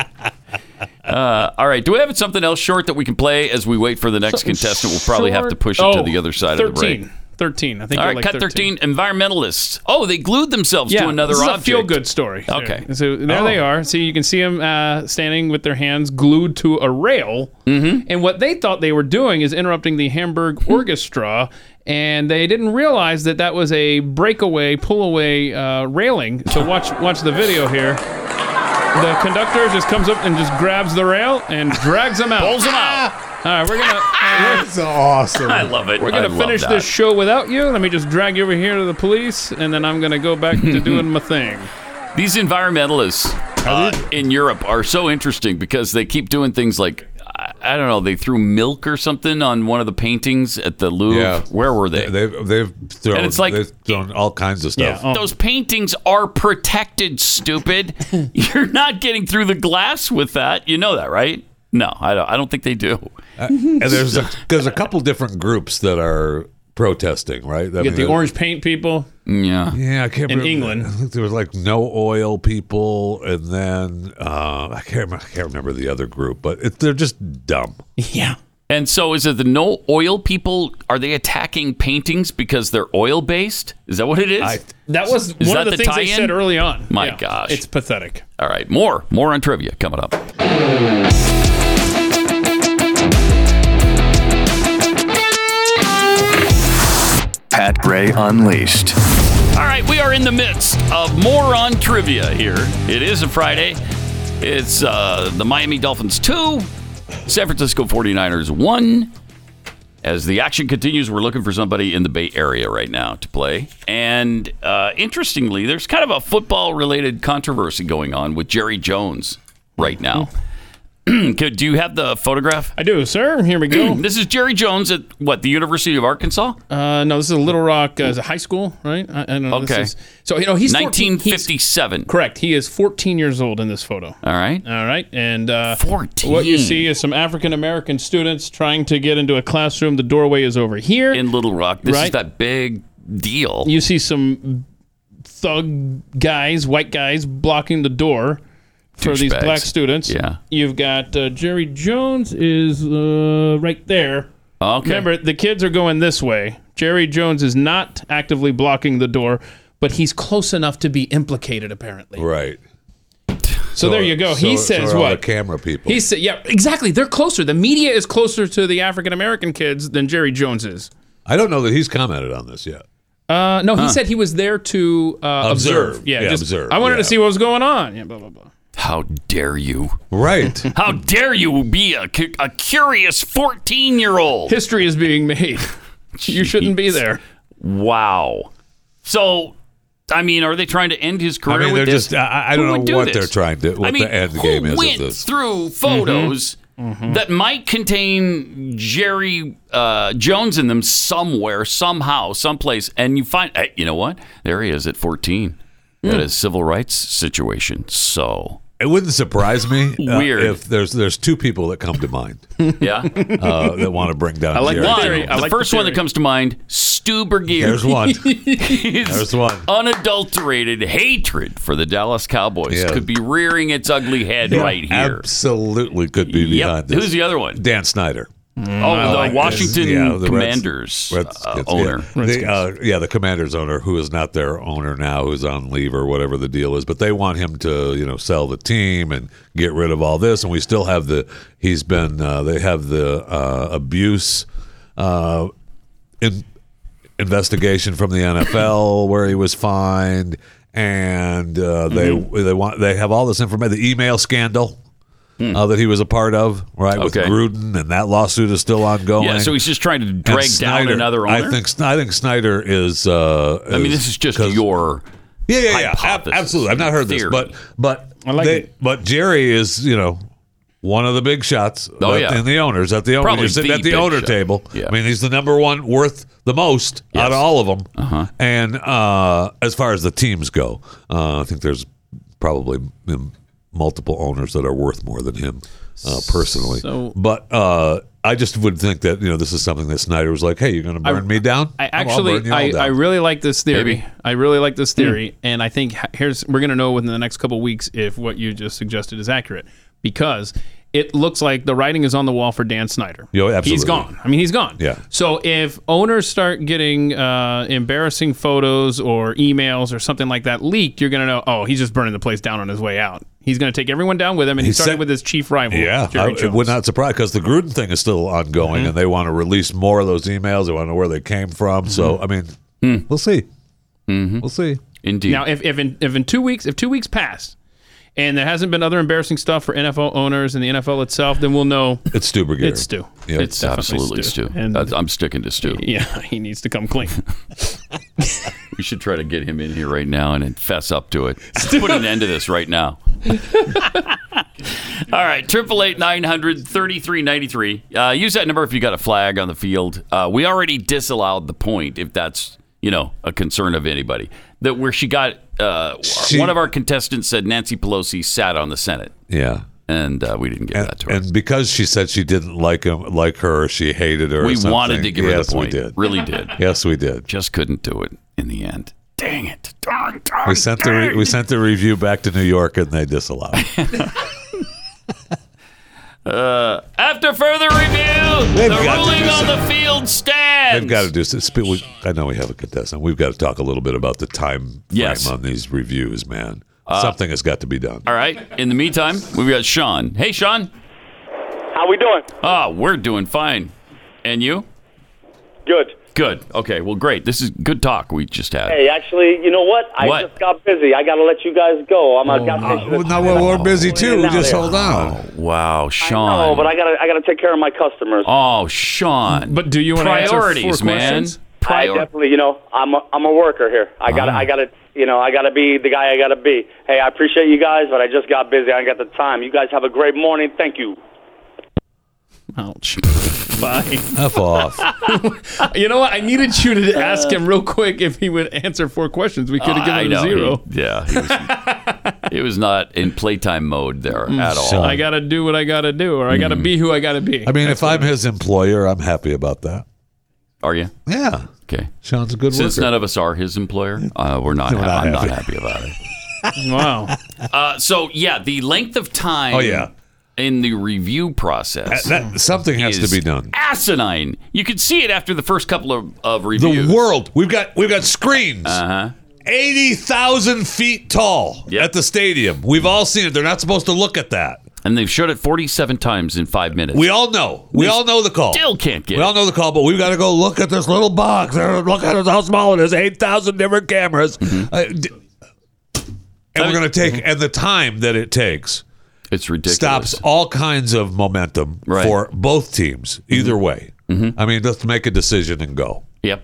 Uh, all right. Do we have something else short that we can play as we wait for the next contestant? We'll probably have to push it to Oh, the other side of the break. 13. 13. I think All we're right, like cut 13. Environmentalists. Oh, they glued themselves Yeah, to another this is object. a feel-good story. Okay. Oh. There. So there they are. See, you can see them uh, standing with their hands glued to a rail. Mm-hmm. And what they thought they were doing is interrupting the Hamburg Hmm. Orchestra, and they didn't realize that that was a breakaway, pull-away uh, railing. So watch, watch the video here. The conductor just comes up and just grabs the rail and drags them out. Pulls 'em out. All right, we're gonna. That's awesome. I love it. We're gonna I love finish that. this show without you. Let me just drag you over here to the police, and then I'm gonna go back to doing my thing. These environmentalists uh, in Europe are so interesting because they keep doing things like I I don't know. They threw milk or something on one of the paintings at the Louvre. Yeah. Where were they? They've they've thrown, And it's like- they've thrown all kinds of stuff. um, Those paintings are protected, stupid. You're not getting through the glass with that. You know that, right? No, I don't. I don't think they do. Uh, and there's a, there's a couple different groups that are protesting, right? I You get mean, the there- orange paint people. Yeah. Yeah, I can't In remember. England. I think there was like no oil people, and then uh, I can't remember, I can't remember the other group, but it, they're just dumb. Yeah. And so, is it the no oil people? Are they attacking paintings because they're oil based? Is that what it is? That was Is one that of the, things they tie-in? said early on. My Yeah. gosh, it's pathetic. All right, more more on trivia coming up. Pat Gray Unleashed. All right, we are in the midst of more on trivia here. It is a Friday. It's uh, the Miami Dolphins 2, San Francisco 49ers 1. As the action continues, we're looking for somebody in the Bay Area right now to play. And uh, interestingly, there's kind of a football related controversy going on with Jerry Jones right now. Could- do you have the photograph? I do, sir. Here we go. this is Jerry Jones at what, the University of Arkansas? Uh, no, this is a Little Rock uh, is a high school, right? I, I don't know. Mm, This Okay. is, so you know he's 14 1957. correct. He is 14 years old in this photo. All right. All right, and uh, What you see is some African American students trying to get into a classroom. The doorway is over here. In Little Rock. This is Right. that big deal. You see some thug guys, white guys, blocking the door for these Douchebags. black students. Yeah. You've got uh, Jerry Jones is uh, right there. Okay. Remember, the kids are going this way. Jerry Jones is not actively blocking the door, but he's close enough to be implicated, apparently. Right. So, there you go. he so- says so are all what? The camera people. He said, "Yeah, exactly. They're closer. The media is closer to the African American kids than Jerry Jones is." I don't know that he's commented on this yet. Uh, no, he Huh. said he was there to uh, observe. Observe. Yeah, Yeah, just, observe, I wanted yeah. to see what was going on. Yeah, blah blah blah. How dare you? Right. How dare you be a, cu- a curious 14 year old? History is being made. you shouldn't be there. Wow. So, I mean, are they trying to end his career I mean, with they're this? just, I, I Who don't know would do what this? they're trying to, what I mean, the end who game is went of this. through Mm-hmm. photos that might contain Jerry uh, Jones in them somewhere, somehow, someplace, and you find, hey, you know what? There he is at 14. That is civil rights situation. So, It wouldn't surprise me uh, Weird. if there's there's two people that come to mind yeah. uh, that want to bring down. Jerry one. Jones. the first one that comes to mind, Stu Bergier. There's one. His There's one. Unadulterated hatred for the Dallas Cowboys Yeah. could be rearing its ugly head Yeah, right here. Absolutely could be behind this. Who's the other one? Dan Snyder. Oh, I Mm. the like Washington Commanders, uh, owner. Yeah. They, uh, yeah, the Commanders owner, who is not their owner now, who's on leave or whatever the deal is, but they want him to, you know, sell the team and get rid of all this. And we still have the, he's been, uh, they have the uh, abuse uh, in, investigation from the NFL where he was Mm-hmm. fined. And uh, they they want they have all this information. The email scandal. uh, that he was a part of, right? With Hmm. Okay. Gruden, and that lawsuit is still ongoing. Yeah, so he's just trying to And drag Snyder, down another owner. I think I think Snyder is. Uh, I mean, this is just your. Yeah, yeah, yeah. Ab- absolutely. I've not heard this, theory. but but I like they- it. but Jerry is you know one of the big shots. Oh, at- yeah. and the owners at the owner Probably you're sitting the at the big owner shot. table. Yeah. I mean, he's the number one worth the most out of all of them. Uh-huh. And uh, as far as the teams go, uh, I think there's probably um, multiple owners that are worth more than him uh, personally. So- but. Uh, I just would think that you know this is something that Snyder was like, "Hey, you're going to I- burn me down." Oh, I I'll burn actually, you all I, down. I really like this theory. Maybe. Hmm. I really like this theory, and I think h- here's we're gonna know within the next couple weeks if what you just suggested is accurate because it looks like the writing is on the wall for Dan Snyder. Yeah, He's absolutely. gone. I mean, he's gone. Yeah. So if owners start getting uh, embarrassing photos or emails or something like that leaked, you're gonna know. Oh, he's just burning the place down on his way out. He's gonna take everyone down with him, and he, He started said- with his chief rival. Yeah, Jerry I, it Jones. Mm-hmm. would not surprise because the Gruden thing is still ongoing, and they want to release more of those emails. They want to know where they came from. So, Mm-hmm. I mean, Hmm. we'll see. We'll see. Indeed. Now, if if in, if in two weeks, if two weeks pass, and there hasn't been other embarrassing stuff for NFL owners and the NFL itself, then we'll know It's Stu Brigadier. It's Stu. Yeah. It's absolutely Stu. And- That's- I'm sticking to Stu. Yeah, he needs to come clean. We should try to get him in here right now and fess up to it. Let's put an end to this right now. All right, triple eight nine hundred thirty three ninety three. Use that number if you got a flag on the field. Uh, we already disallowed the point if that's you know a concern of anybody. That where she got uh, one of our contestants said Nancy Pelosi sat on the Senate, Yeah. and uh, we didn't get that to her. And because she said she didn't like him, like her, she hated her. or We something. wanted to give her yes, the point. We did. Really did. Yes, we did. Just couldn't do it in the end. Dang it! Darn, darn, We sent the re- we sent the review back to New York, and they disallowed. it. Uh, after further review, They've the got to ruling do on the something. field stands. They've got to do some. spe- we- I know we have a contestant. We've got to talk a little bit about the time Yes. frame on these reviews, man. Uh, Something has got to be done. All right. In the meantime, we've got Sean. Hey, Sean. How we doing? Ah, we're doing fine. And you? Good. Good. Okay. Well, great. This is good talk we just had. Hey, actually, you know what? I What? just got busy. I got to let you guys go. I'm oh, got no, well, we're busy too. Now Just there. hold on. Oh, wow, Sean. No, Oh, but I gotta, I gotta take care of my customers. Oh, Sean. But do you want to answer priorities, four man? questions? I Prior- definitely, you know, I'm a, I'm a worker here. I gotta, Ah. I gotta, you know, I gotta be the guy I gotta be. Hey, I appreciate you guys, but I just got busy. I ain't got the time. You guys have a great morning. Thank you. Ouch. Bye. F off. you know what? I needed you to ask him real quick if he would answer four questions. We could Ah, have I given him know. a zero. He- yeah. He was, he was not in playtime mode there Mm, at all. Mm. I gotta do what I gotta do, or I gotta be who I gotta be. I mean, if I'm his employer, I'm happy about that. Are you? Yeah. Okay. Sean's a good Since worker. none of us are his employer, uh, we're not. We're ha- not I'm happy. not happy about it. wow. Uh, so yeah, the length of time. Oh, yeah. In the review process, That- that- something has to is be done. Asinine. You can see it after the first couple of, of reviews. The world. We've got we've got screens. Uh-huh. Eighty thousand feet tall at the stadium. We've all seen it. They're not supposed to look at that. and they've showed it 47 times in five minutes. We all know. We, all know the call. still can't get We all know the call, but we've got to go look at this little box. Uh, Look at how small it is. Eight thousand different cameras. Mm-hmm. Uh, d- and we're going to take and the time that it takes it's ridiculous. stops all kinds of momentum Right. Mm-hmm. for both teams either way i mean let's make a decision and go Yep.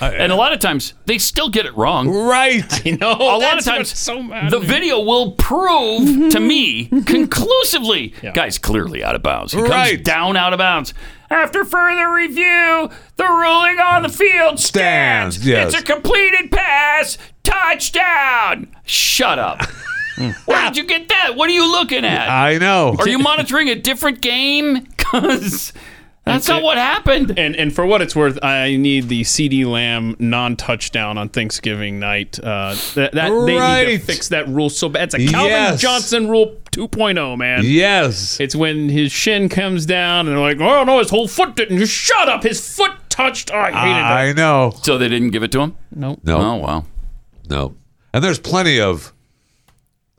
and a lot of times they still get it wrong. Right. I know. A lot of That's times what's so mad the at me. video will prove to me conclusively. Guy's clearly out of bounds. He Right. comes down out of bounds. After further review, the ruling on the field stands. Stands, yes. It's a completed pass. Touchdown. Shut up. Where did you get that? What are you looking at? i know Are you monitoring a different game? Because that's not what happened. And and for what it's worth, I need the CD Lamb non-touchdown on Thanksgiving night. Uh, that, that they need Right. to fix that rule so bad. It's a Calvin Yes. Johnson rule 2.0, man. yes It's when his shin comes down and they're like, oh no, his whole foot didn't. Just shut up, his foot touched. Oh, I hated Ah. that. i know So they didn't give it to him? Nope. No. Oh, wow. no and there's plenty of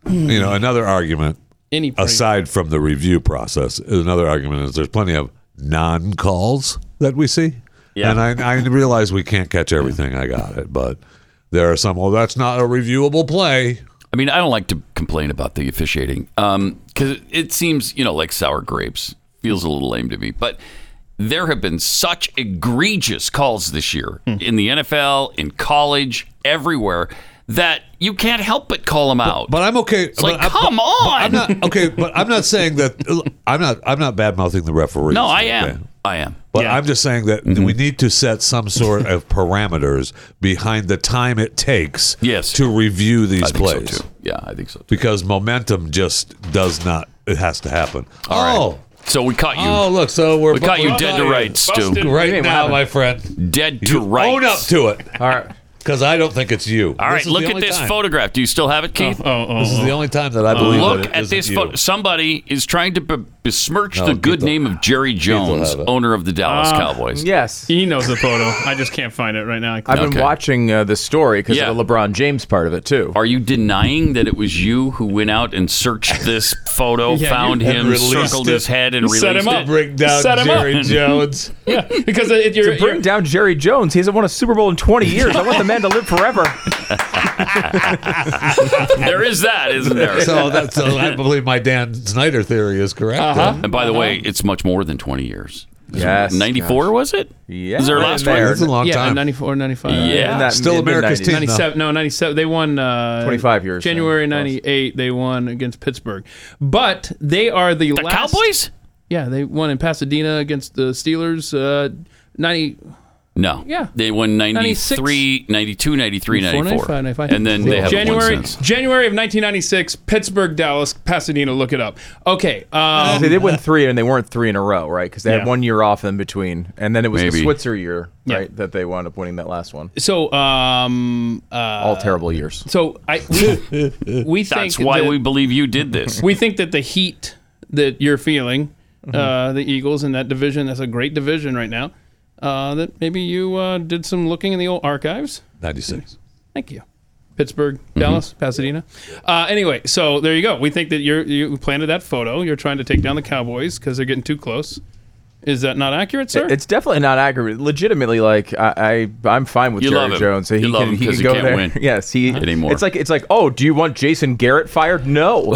you know another argument Any praise. aside from the review process another argument is there's plenty of non-calls that we see Yeah. and I, I "Oh, realize we can't catch everything i got it but there are some well that's not a reviewable play I mean, I don't like to complain about the officiating because it seems, you know, like sour grapes. Feels a little lame to me. But there have been such egregious calls this year Hmm. in the NFL, in college, everywhere that you can't help but call them out. But I'm okay. It's like, come on. I'm not okay, but I'm not saying that I'm not I'm not bad mouthing the referees. No, I am. okay? I am. But I'm just saying that we need to set some sort of parameters behind the time it takes yes. to review these I think so, plays. too. Yeah, I think so. Because momentum just does not it has to happen. oh. So we caught you. Oh, look, so we're We caught you dead to rights, Stu. Busted. Wait a Right minute, now, what my friend. Dead to you rights. Own up to it. All right. Because I don't think it's you. All right, look at this photograph. Do you still have Oh, it, Keith? This is the only time that I believe Look that it at isn't this you. photo. Somebody is trying to be- besmirch No, the Keith good will- name of Jerry Jones, have it. owner of the Oh, Dallas Uh, Cowboys. Yes. He knows the photo. I just can't find it right now. I I've can't- been watching uh, the story because Yeah. of the LeBron James part of it too. Are you denying that it was you who went out and searched this photo, Yeah, found you- him, circled his head, and Set released him up. it? Set him up. yeah, because if you're, to bring down Jerry Jones, he hasn't won a Super Bowl in 20 years. I want the man to live forever. there is that, isn't there? so that's uh, I believe my Dan Snyder theory is correct. Uh-huh. And by the way, it's much more than 20 years. Yes. 94 was it? Yeah. Was their last one? yeah, 94, 95. Yeah. In that- Still in the America's 90s. team, though. 97, no, 97. They won uh, 25 years, so January 98, they won against Pittsburgh. But they are the, last. Cowboys? Yeah, they won in Pasadena against the Steelers. Uh, 90. No. Yeah. They won 96. 93, 92, 93, 94. 95, 95. And then they have January January. One since. January of 1996, Pittsburgh, Dallas, Pasadena. Look it up. Okay. Um, they did win three, and they weren't three in a row, right? Because they Yeah. had one year off in between, and then it was Maybe. the Switzer year, Yeah. right? That they wound up winning that last one. So, um, uh, all terrible years. So I we, we think That's why that- we believe you did this. Mm-hmm. we think that the heat that you're feeling, uh, the Eagles in that division, that's a great division right now. Uh, that maybe you uh, did some looking in the old archives. 96. Thank you. Pittsburgh, Mm-hmm. Dallas, Pasadena. Uh, anyway, so there you go. We think that you're you planted that photo. You're trying to take down the Cowboys because they're getting too close. Is that not accurate, sir? It's definitely not accurate. Legitimately, like I, I I'm fine with You Jerry love him. Jones. So he You love can, him he 'cause can he go can't there. win. yes, he Anymore. It's like it's like, oh, do you want Jason Garrett fired? No.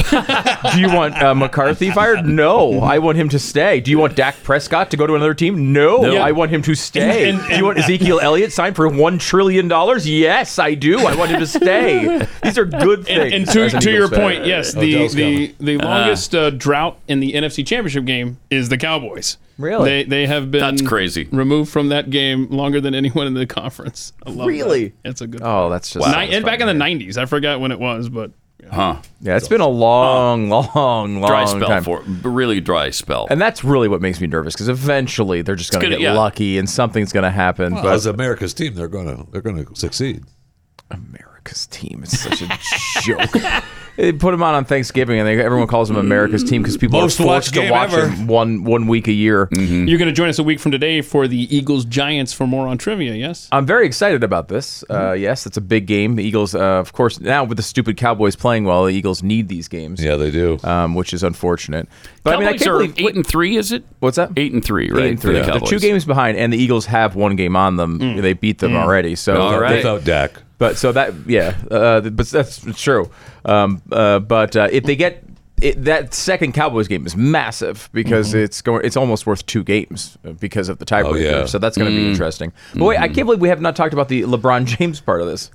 do you want uh, McCarthy fired? No. I want him to stay. Do you want Dak Prescott to go to another team? No. No. I want him to stay. And- and- do you want Ezekiel Elliott signed for one trillion dollars? Yes, I do. I want him to stay. These are good and, things. and to, as an to your Eagles fan. Oh, point, yes, the Odell's the, the coming. Ah. longest uh, drought in the NFC Championship game is the Cowboys. Really? they they have been That's crazy. removed from that game longer than anyone in the conference. I love that. Really? That's a good. Oh, that's just Ni- and back in the '90s, I forgot when it was, but Huh. Yeah, it's been a long, long, long Dry spell time. for really dry spell. And that's really what makes me nervous because eventually they're just It's going to gonna- get yeah. lucky and something's going to happen. Well, but as America's team, they're gonna they're gonna succeed. America's team is such a joke. They put them on on Thanksgiving and they, everyone calls them America's team because people Most are watched forced to game watch ever. them one one week a year. Mm-hmm. you're going to join us a week from today for the Eagles Giants for more on trivia. Yes. Mm-hmm. I'm very excited about this. Uh, yes, it's a big game. The Eagles, uh, of course, now with the stupid Cowboys playing well, the Eagles need these games. Yeah, they do, um, which is unfortunate. But I mean, I Cowboys can't are believe eight and three. Is it? What's that? Eight and three, right? Eight and three. For the They're Cowboys. two games behind, and the Eagles have one game on them. They beat them Mm. already. So All they- right. Without Dak. But so that yeah, uh, but that's true. Um, uh, but uh, if they get it, that second Cowboys game is massive because Mm-hmm. it's going. It's almost worth two games uh, because of the tiebreaker. yeah. So that's going to Mm. be interesting. But wait, Mm-hmm. I can't believe we have not talked about the LeBron James part of this.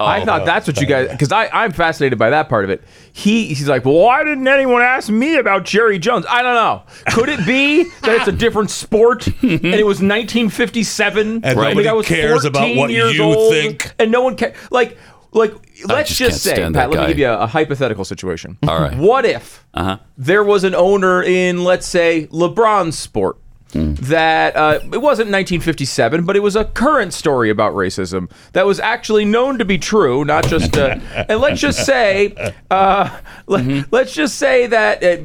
Oh, I thought that's what you guys because I I'm fascinated by that part of it. He he's like, well, why didn't anyone ask me about Jerry Jones? I don't know. Could it be that it's a different sport and it was 1957 And the nobody guy was cares about 14 what years you old, think. and no one cares? Like like let's just just, can't say, stand Pat. Let that guy. me give you a, a hypothetical situation. All right. What if Uh huh. there was an owner in, let's say, LeBron's sport Hmm. that uh, it wasn't 1957, but it was a current story about racism that was actually known to be true, not just. Uh, and let's just say, uh, Mm-hmm. let, us just say that uh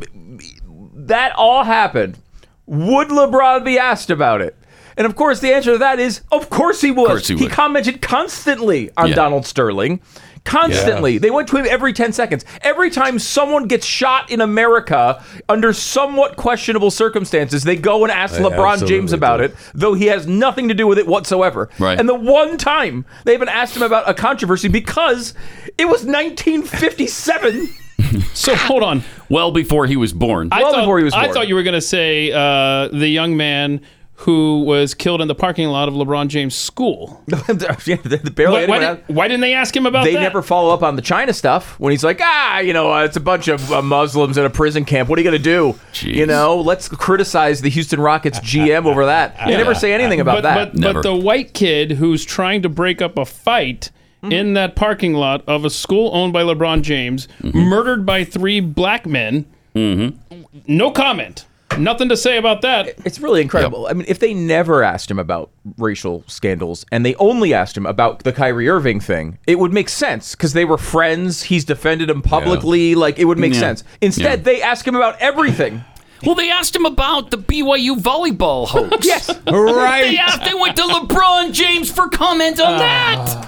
that all happened. Would LeBron be asked about it? And of course, the answer to that is, of course he was. course he would. commented constantly on Yeah. Donald Sterling, Constantly. They went to him every 10 seconds. Every time someone gets shot in America under somewhat questionable circumstances, they go and ask They LeBron James absolutely about it, though he has nothing to do with it whatsoever. Right. And the one time they even asked him about a controversy because it was 1957. so hold on. Well before he was born. I thought, he was I born. thought you were going to say uh, the young man who was killed in the parking lot of LeBron James' school. Barely Why- why anyone did- why didn't they ask him about they that? never follow up on the China stuff when he's like, ah, you know, uh, it's a bunch of uh, Muslims in a prison camp. What are you going to do? You know, let's criticize the Houston Rockets GM over that. They never say anything about that. But- But, but the white kid who's trying to break up a fight Mm-hmm. in that parking lot of a school owned by LeBron James, murdered by three black men. No comment. Nothing to say about that. It's really incredible. I mean, if they never asked him about racial scandals and they only asked him about the Kyrie Irving thing, it would make sense because they were friends. He's defended him publicly. Like, it would make Yeah. sense. Instead, they ask him about everything. Well, they asked him about the BYU volleyball hoax. yes, Right. They, asked, they went to LeBron James for comment uh, on that.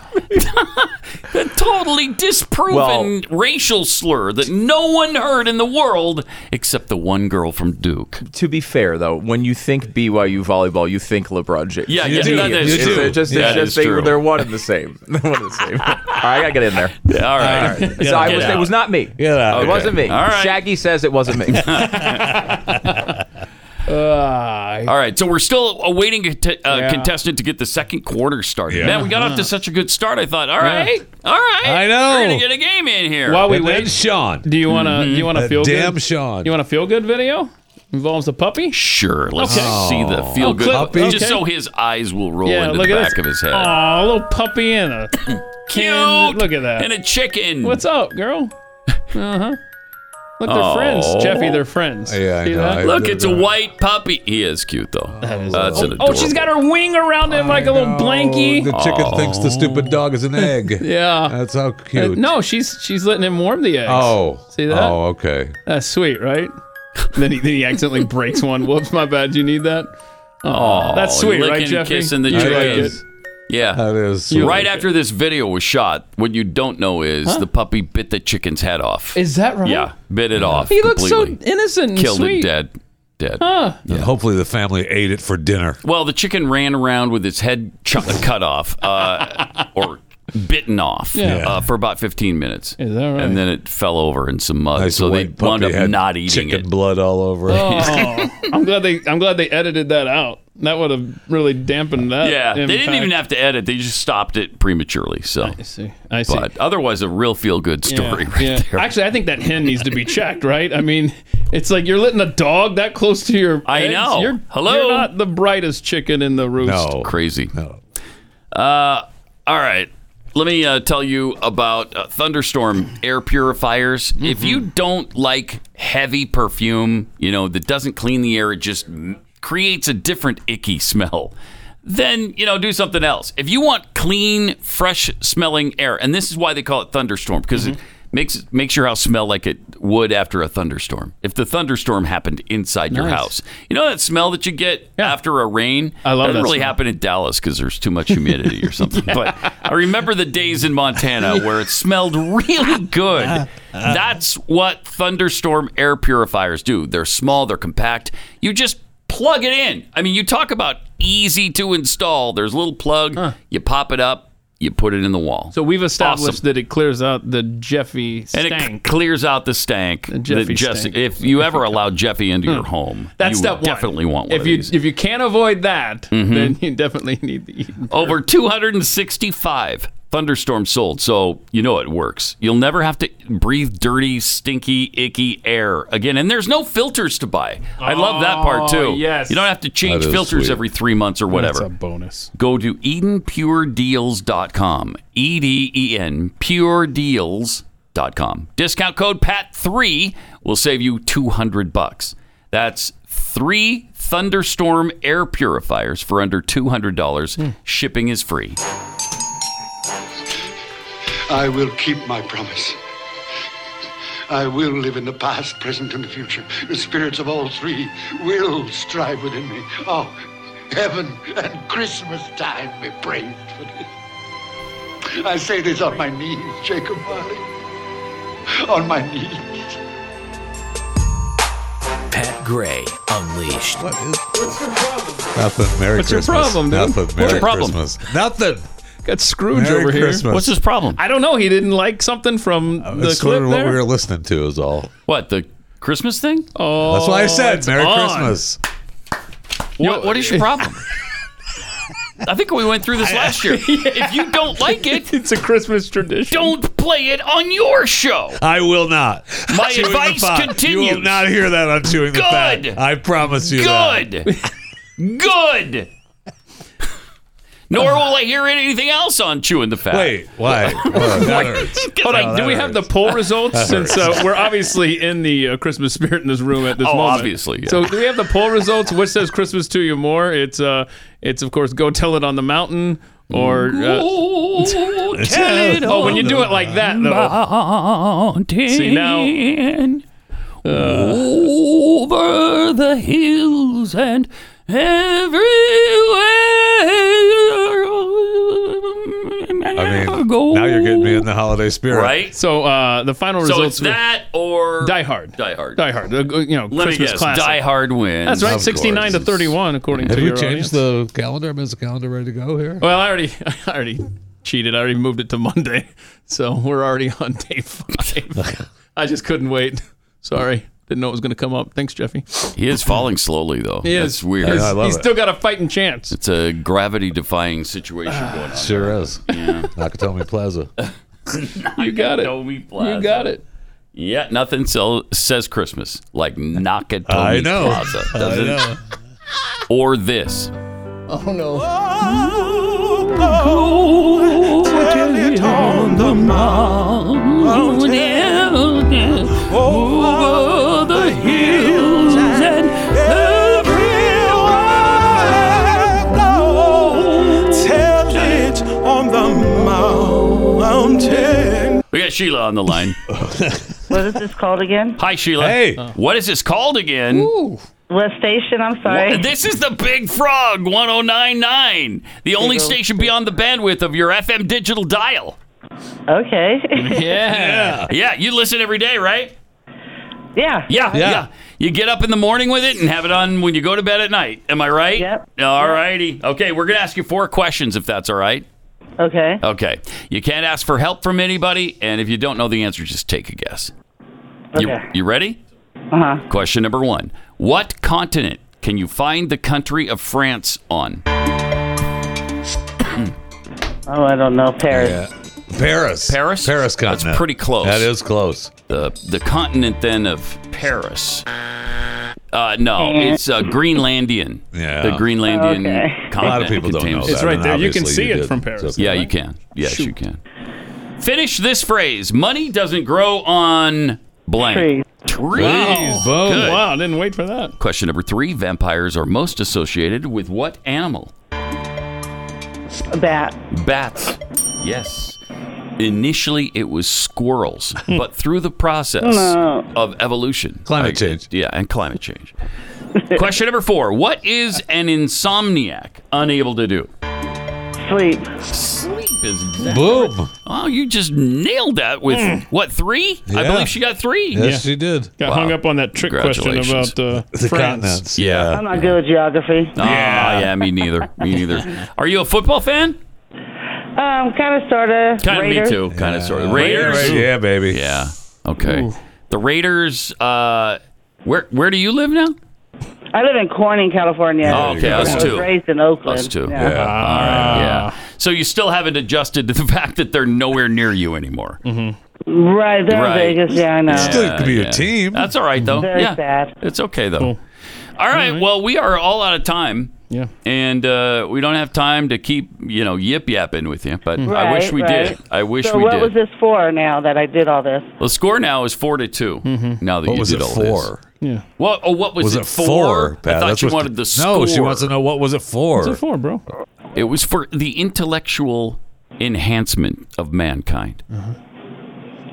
a totally disproven racial slur that no one heard in the world except the one girl from Duke. To be fair, though, when you think BYU volleyball, you think LeBron James. Yeah, You yeah, do. that is It's true. just, it's That just is they, true. They're one and the same. They're one and the same. All right, I gotta get in there. all right. So Get I was, out. it was not me. Get out. It Okay. wasn't me. All right. Shaggy says it wasn't me. Uh, All right, so we're still awaiting a t- uh, Yeah. contestant to get the second quarter started. Yeah. Man, we got off to such a good start. I thought, all Yeah. right, all right, I know. we're gonna get a game in here. While we And then wait, Sean. Do you want to? Do you want to That feel damn good? Sean. You want to feel good video? Involves a puppy. Sure, let's Okay. see the Oh. feel Oh, good. clip- okay. Just so his eyes will roll into the back of his head. Oh, a little puppy and a Cute. Look at that. And a chicken. What's up, girl? Uh huh. Look, they're Oh. friends, Jeffy. They're friends. Yeah, I See know. that? I- Look, it's a white puppy. He is cute though. That is. That's an Oh, she's got her wing around him like a little blankie. The chicken thinks the stupid dog is an egg. Yeah. That's how Uh, cute. no, she's she's letting him warm the eggs. Oh. see that? Oh, okay. That's sweet, right? then he then he accidentally breaks one. Whoops, my bad. You need that. Oh, Aw, that's sweet, right, licking, Jeffy? kissing the You like chicken. it? Yeah. That is You right like after this video was shot, what you don't know is the puppy bit the chicken's head off. Is that right? Yeah, bit it off. He looks so completely. innocent and Killed sweet. it dead. Dead. Huh. Hopefully the family ate it for dinner. Well, the chicken ran around with its head ch- cut off uh, or bitten off Yeah. uh, for about 15 minutes. Is that right? And then it fell over in some mud. Nice so they white puppy wound up had not eating chicken it. blood all over. it. Oh, I'm glad they I'm glad they edited that out. That would have really dampened Oh, that. Yeah, they didn't impact. even have to edit. They just stopped it prematurely. So I see. I see. But otherwise, a real feel-good story right yeah. there. Actually, I think that hen needs to be checked, right? I mean, it's like you're letting a dog that close to your. I eggs. know. You're, Hello? You're not the brightest chicken in the roost. No. Crazy. Uh, all right. Let me uh, tell you about uh, thunderstorm air purifiers. If you don't like heavy perfume, you know, that doesn't clean the air, it just m- creates a different icky smell, then, you know, do something else. If you want clean, fresh smelling air, and this is why they call it thunderstorm, because it makes, makes your house smell like it would after a thunderstorm. If the thunderstorm happened inside your Nice. house, you know that smell that you get after a rain? I love Doesn't that really smell. happen in Dallas because there's too much humidity or something. But I remember the days in Montana where it smelled really good. That's what thunderstorm air purifiers do. They're small, they're compact. You just plug it in. I mean, you talk about easy to install. There's a little plug, you pop it up, you put it in the wall. So we've established Awesome. that it clears out the Jeffy and stank. it c- clears out the stank. that Jeffy just- stank. If you ever allow Jeffy into your home, That's you step one. definitely want one if of you these. if you can't avoid that, Mhm. then you definitely need the. Over 265 thunderstorms sold, so you know it works. You'll never have to breathe dirty, stinky, icky air again. And there's no filters to buy. I love that part Oh, too. yes. You don't have to change That is filters sweet. every three months or whatever. That's a bonus. Go to EdenPureDeals.com. E D E N Pure Deals.com. Discount code PAT3 will save you 200 bucks. That's three thunderstorm air purifiers for under $200. Shipping is free. I will keep my promise. I will live in the past, present, and the future. The spirits of all three will strive within me. Oh, heaven and Christmas time be praised for this. I say this on my knees, Jacob Marley. On my knees. Pat Gray Unleashed. What is What's your problem? Nothing. Merry What's your Christmas. problem, dude? Nothing. What's Merry your problem? Christmas. Nothing. Got Scrooge Merry over here. Christmas. Uh, What's his problem? I don't know. He didn't like something from I the was clip wondering what there. we were listening to is all. What the Christmas thing? Oh, That's why I said it's Merry on. Christmas. What, what is your problem? I think we went through this last year. If you don't like it, it's a Christmas tradition. Don't play it on your show. I will not. My Chewing the advice Fat. You will continues. not hear that on chewing the fat. Good. I promise you. that. Good. Good. Nor will I hear anything else on chewing the fat. Wait, why? Whoa, that hurts. Hold on. Oh, do that we have the poll results? That Since hurts. uh, we're obviously in the uh, Christmas spirit in this room at this Oh, moment. obviously, yeah. So do we have the poll results? Which says Christmas to you more? It's uh, it's of course go tell it on the mountain or. Uh, Ooh, tell it oh, on when you do the it like that, though. See mountain. Uh. over the hills and everywhere. I mean, now you're getting me in the holiday spirit. Right? So uh, the final So results. it's that or were Die Hard. Die Hard. Die Hard. Uh, you know, Let me Christmas guess, classic. Die Hard wins. That's right. Of Sixty-nine to thirty-one, according Have to you your audience. changed the calendar? I mean, Is the calendar ready to go here? Well, I already, I already cheated. I already moved it to Monday, so we're already on day five. I just couldn't wait. Sorry, didn't know it was going to come up. Thanks, Jeffy. He is falling slowly, though. He Oh, That's is. weird. He's, he's still got a fighting chance. it's a gravity-defying situation going on. Sure is. Yeah. Nakatomi Plaza. You got it. Nakatomi Plaza. You got it. Yeah, nothing sell, says Christmas like Nakatomi I know. Plaza. I doesn't- know. Or this. Oh no. Oh, tell it on the mountain. Over the hills and everywhere. Blow. Tell it on the mountain. We got Sheila on the line. What is this called again? Hi, Sheila. Hey. What is this called again? What station? I'm sorry. Wha- This is the Big Frog 1099, the only station beyond the bandwidth of your FM digital dial. Okay. Yeah. Yeah, you listen every day, right? yeah. Yeah, yeah. You get up in the morning with it and have it on when you go to bed at night. Am I right? Yep. All righty. Okay, we're going to ask you four questions if that's all right. Okay. Okay. You can't ask for help from anybody, and if you don't know the answer, just take a guess. You, Okay. you ready? Uh huh. Question number one What continent can you find the country of France on? Oh, I don't know. Paris. Yeah. Paris. Paris? Paris continent. That's pretty close. That is close. the the continent then of Paris. Uh, no, it's uh, Greenlandian. Yeah. The Greenlandian Okay. continent. A lot of people don't know contains- that. It's right and there. You can obviously see it did. from Paris. So- Yeah, you can. Yes, you can. Finish this phrase. Money doesn't grow on blank. Trees. Trees. Wow. Boom. Good. Wow. I didn't wait for that. Question number three. Vampires are most associated with what animal? A bat. Bats. Yes. Initially, it was squirrels, but through the process No. of evolution, Climate change. yeah, and climate change. Question number four: What is an insomniac unable to do? Sleep. Sleep is exactly. Boom. Oh, you just nailed that with what three? I Yeah. believe she got three. Yes, she did. Mm. Got Wow. hung up on that trick question Congratulations. about uh, The France. continents. Yeah. I'm not good at geography. Ah, yeah. me neither. Me neither. Are you a football fan? Um, kind of, sort of. Kind of me too. Kind of sort of. Raiders. Yeah, baby. Yeah. Okay. The Raiders. Uh, where where do you live now? I live in Corning, California. Oh, okay, I us was too. raised in Oakland. Us too. Yeah. Yeah. All right. Yeah. So you still haven't adjusted to the fact that they're nowhere near you anymore. Right. They're Right. in Vegas. Yeah, I know. Still could be your yeah. team. That's all right though. Very yeah. sad. It's okay though. All right. Mm-hmm. Well, we are all out of time. Yeah. And uh, we don't have time to keep, you know, yip yapping with you, but I Right, wish we right. did. I wish so we what did. was this for now that I did all this? The score now is four to 2 Now that Mm-hmm. What you was did it all this. for? Yeah. Well, oh, what was, Was it, it for? for? Pat? I thought That's you what wanted the score. No, she wants to know what was it for. What's it for, bro? It was for the intellectual enhancement of mankind.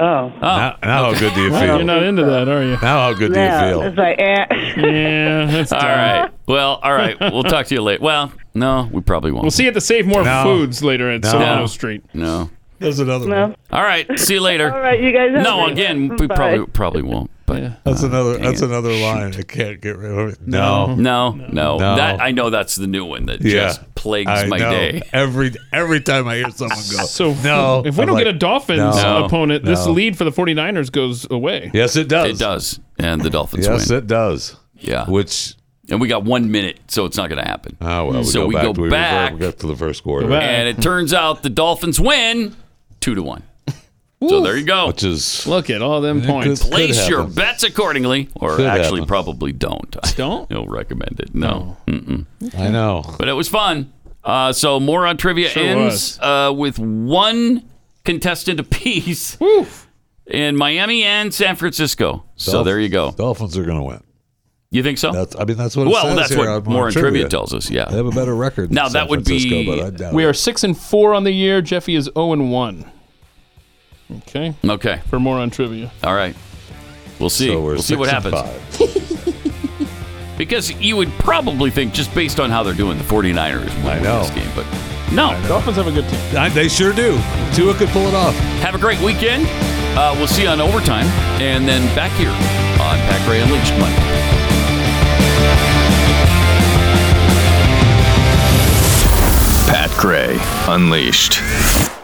Oh. Oh, Now, now how good do you You're feel? not into that, are you? Now how good do you Yeah. feel? It's like, eh. Yeah. That's all dumb. right. Well, all right. We'll talk to you later. Well, no, we probably won't. We'll see you at the Save More No. Foods later at No. Solano No. Street. No. There's another No. All right. See you later. All right, you guys have No, a great again, one. we Bye. probably probably won't. But uh, That's another. dang That's it. another line. I can't get rid of it. No, no, no. No. That I know that's the new one that just plagues I my know. day. Every every time I hear someone go, So no. if we I'm don't get like, a Dolphins no, opponent, this no. lead for the 49ers goes away. Yes, it does. It does. And the Dolphins Yes, win. it does. Yeah. Which and we got one minute, so it's not going to happen. Oh well. We so go we back. go we back, Revert, we got to the first quarter, and it turns out the Dolphins win two to one. So there you go. Which is look at all them points. Place your bets accordingly, or Could actually, happen. probably don't. Don't. He'll recommend it. No. Mm-mm. Oh. I know. But it was fun. Uh, so more on trivia Sure ends uh, with one contestant apiece in Miami and San Francisco. So Dolphins- there you go. Dolphins are going to win. You think so? That's, I mean, that's what. It Well, says that's here what on more in trivia tells us, Yeah, they have a better record. than Now, San that would Francisco, be- But I doubt We it. are six and four on the year. Jeffy is zero and one. Okay. Okay. For more on trivia. All right. We'll see. So we're we'll see what six and happens. because you would probably think, just based on how they're doing, the 49ers will win this game. But uh, no. Dolphins have a good team. I- They sure do. Tua could pull it off. Have a great weekend. Uh, we'll see you on overtime and then back here on Pack Ray Unleashed Monday. Pat Gray Unleashed.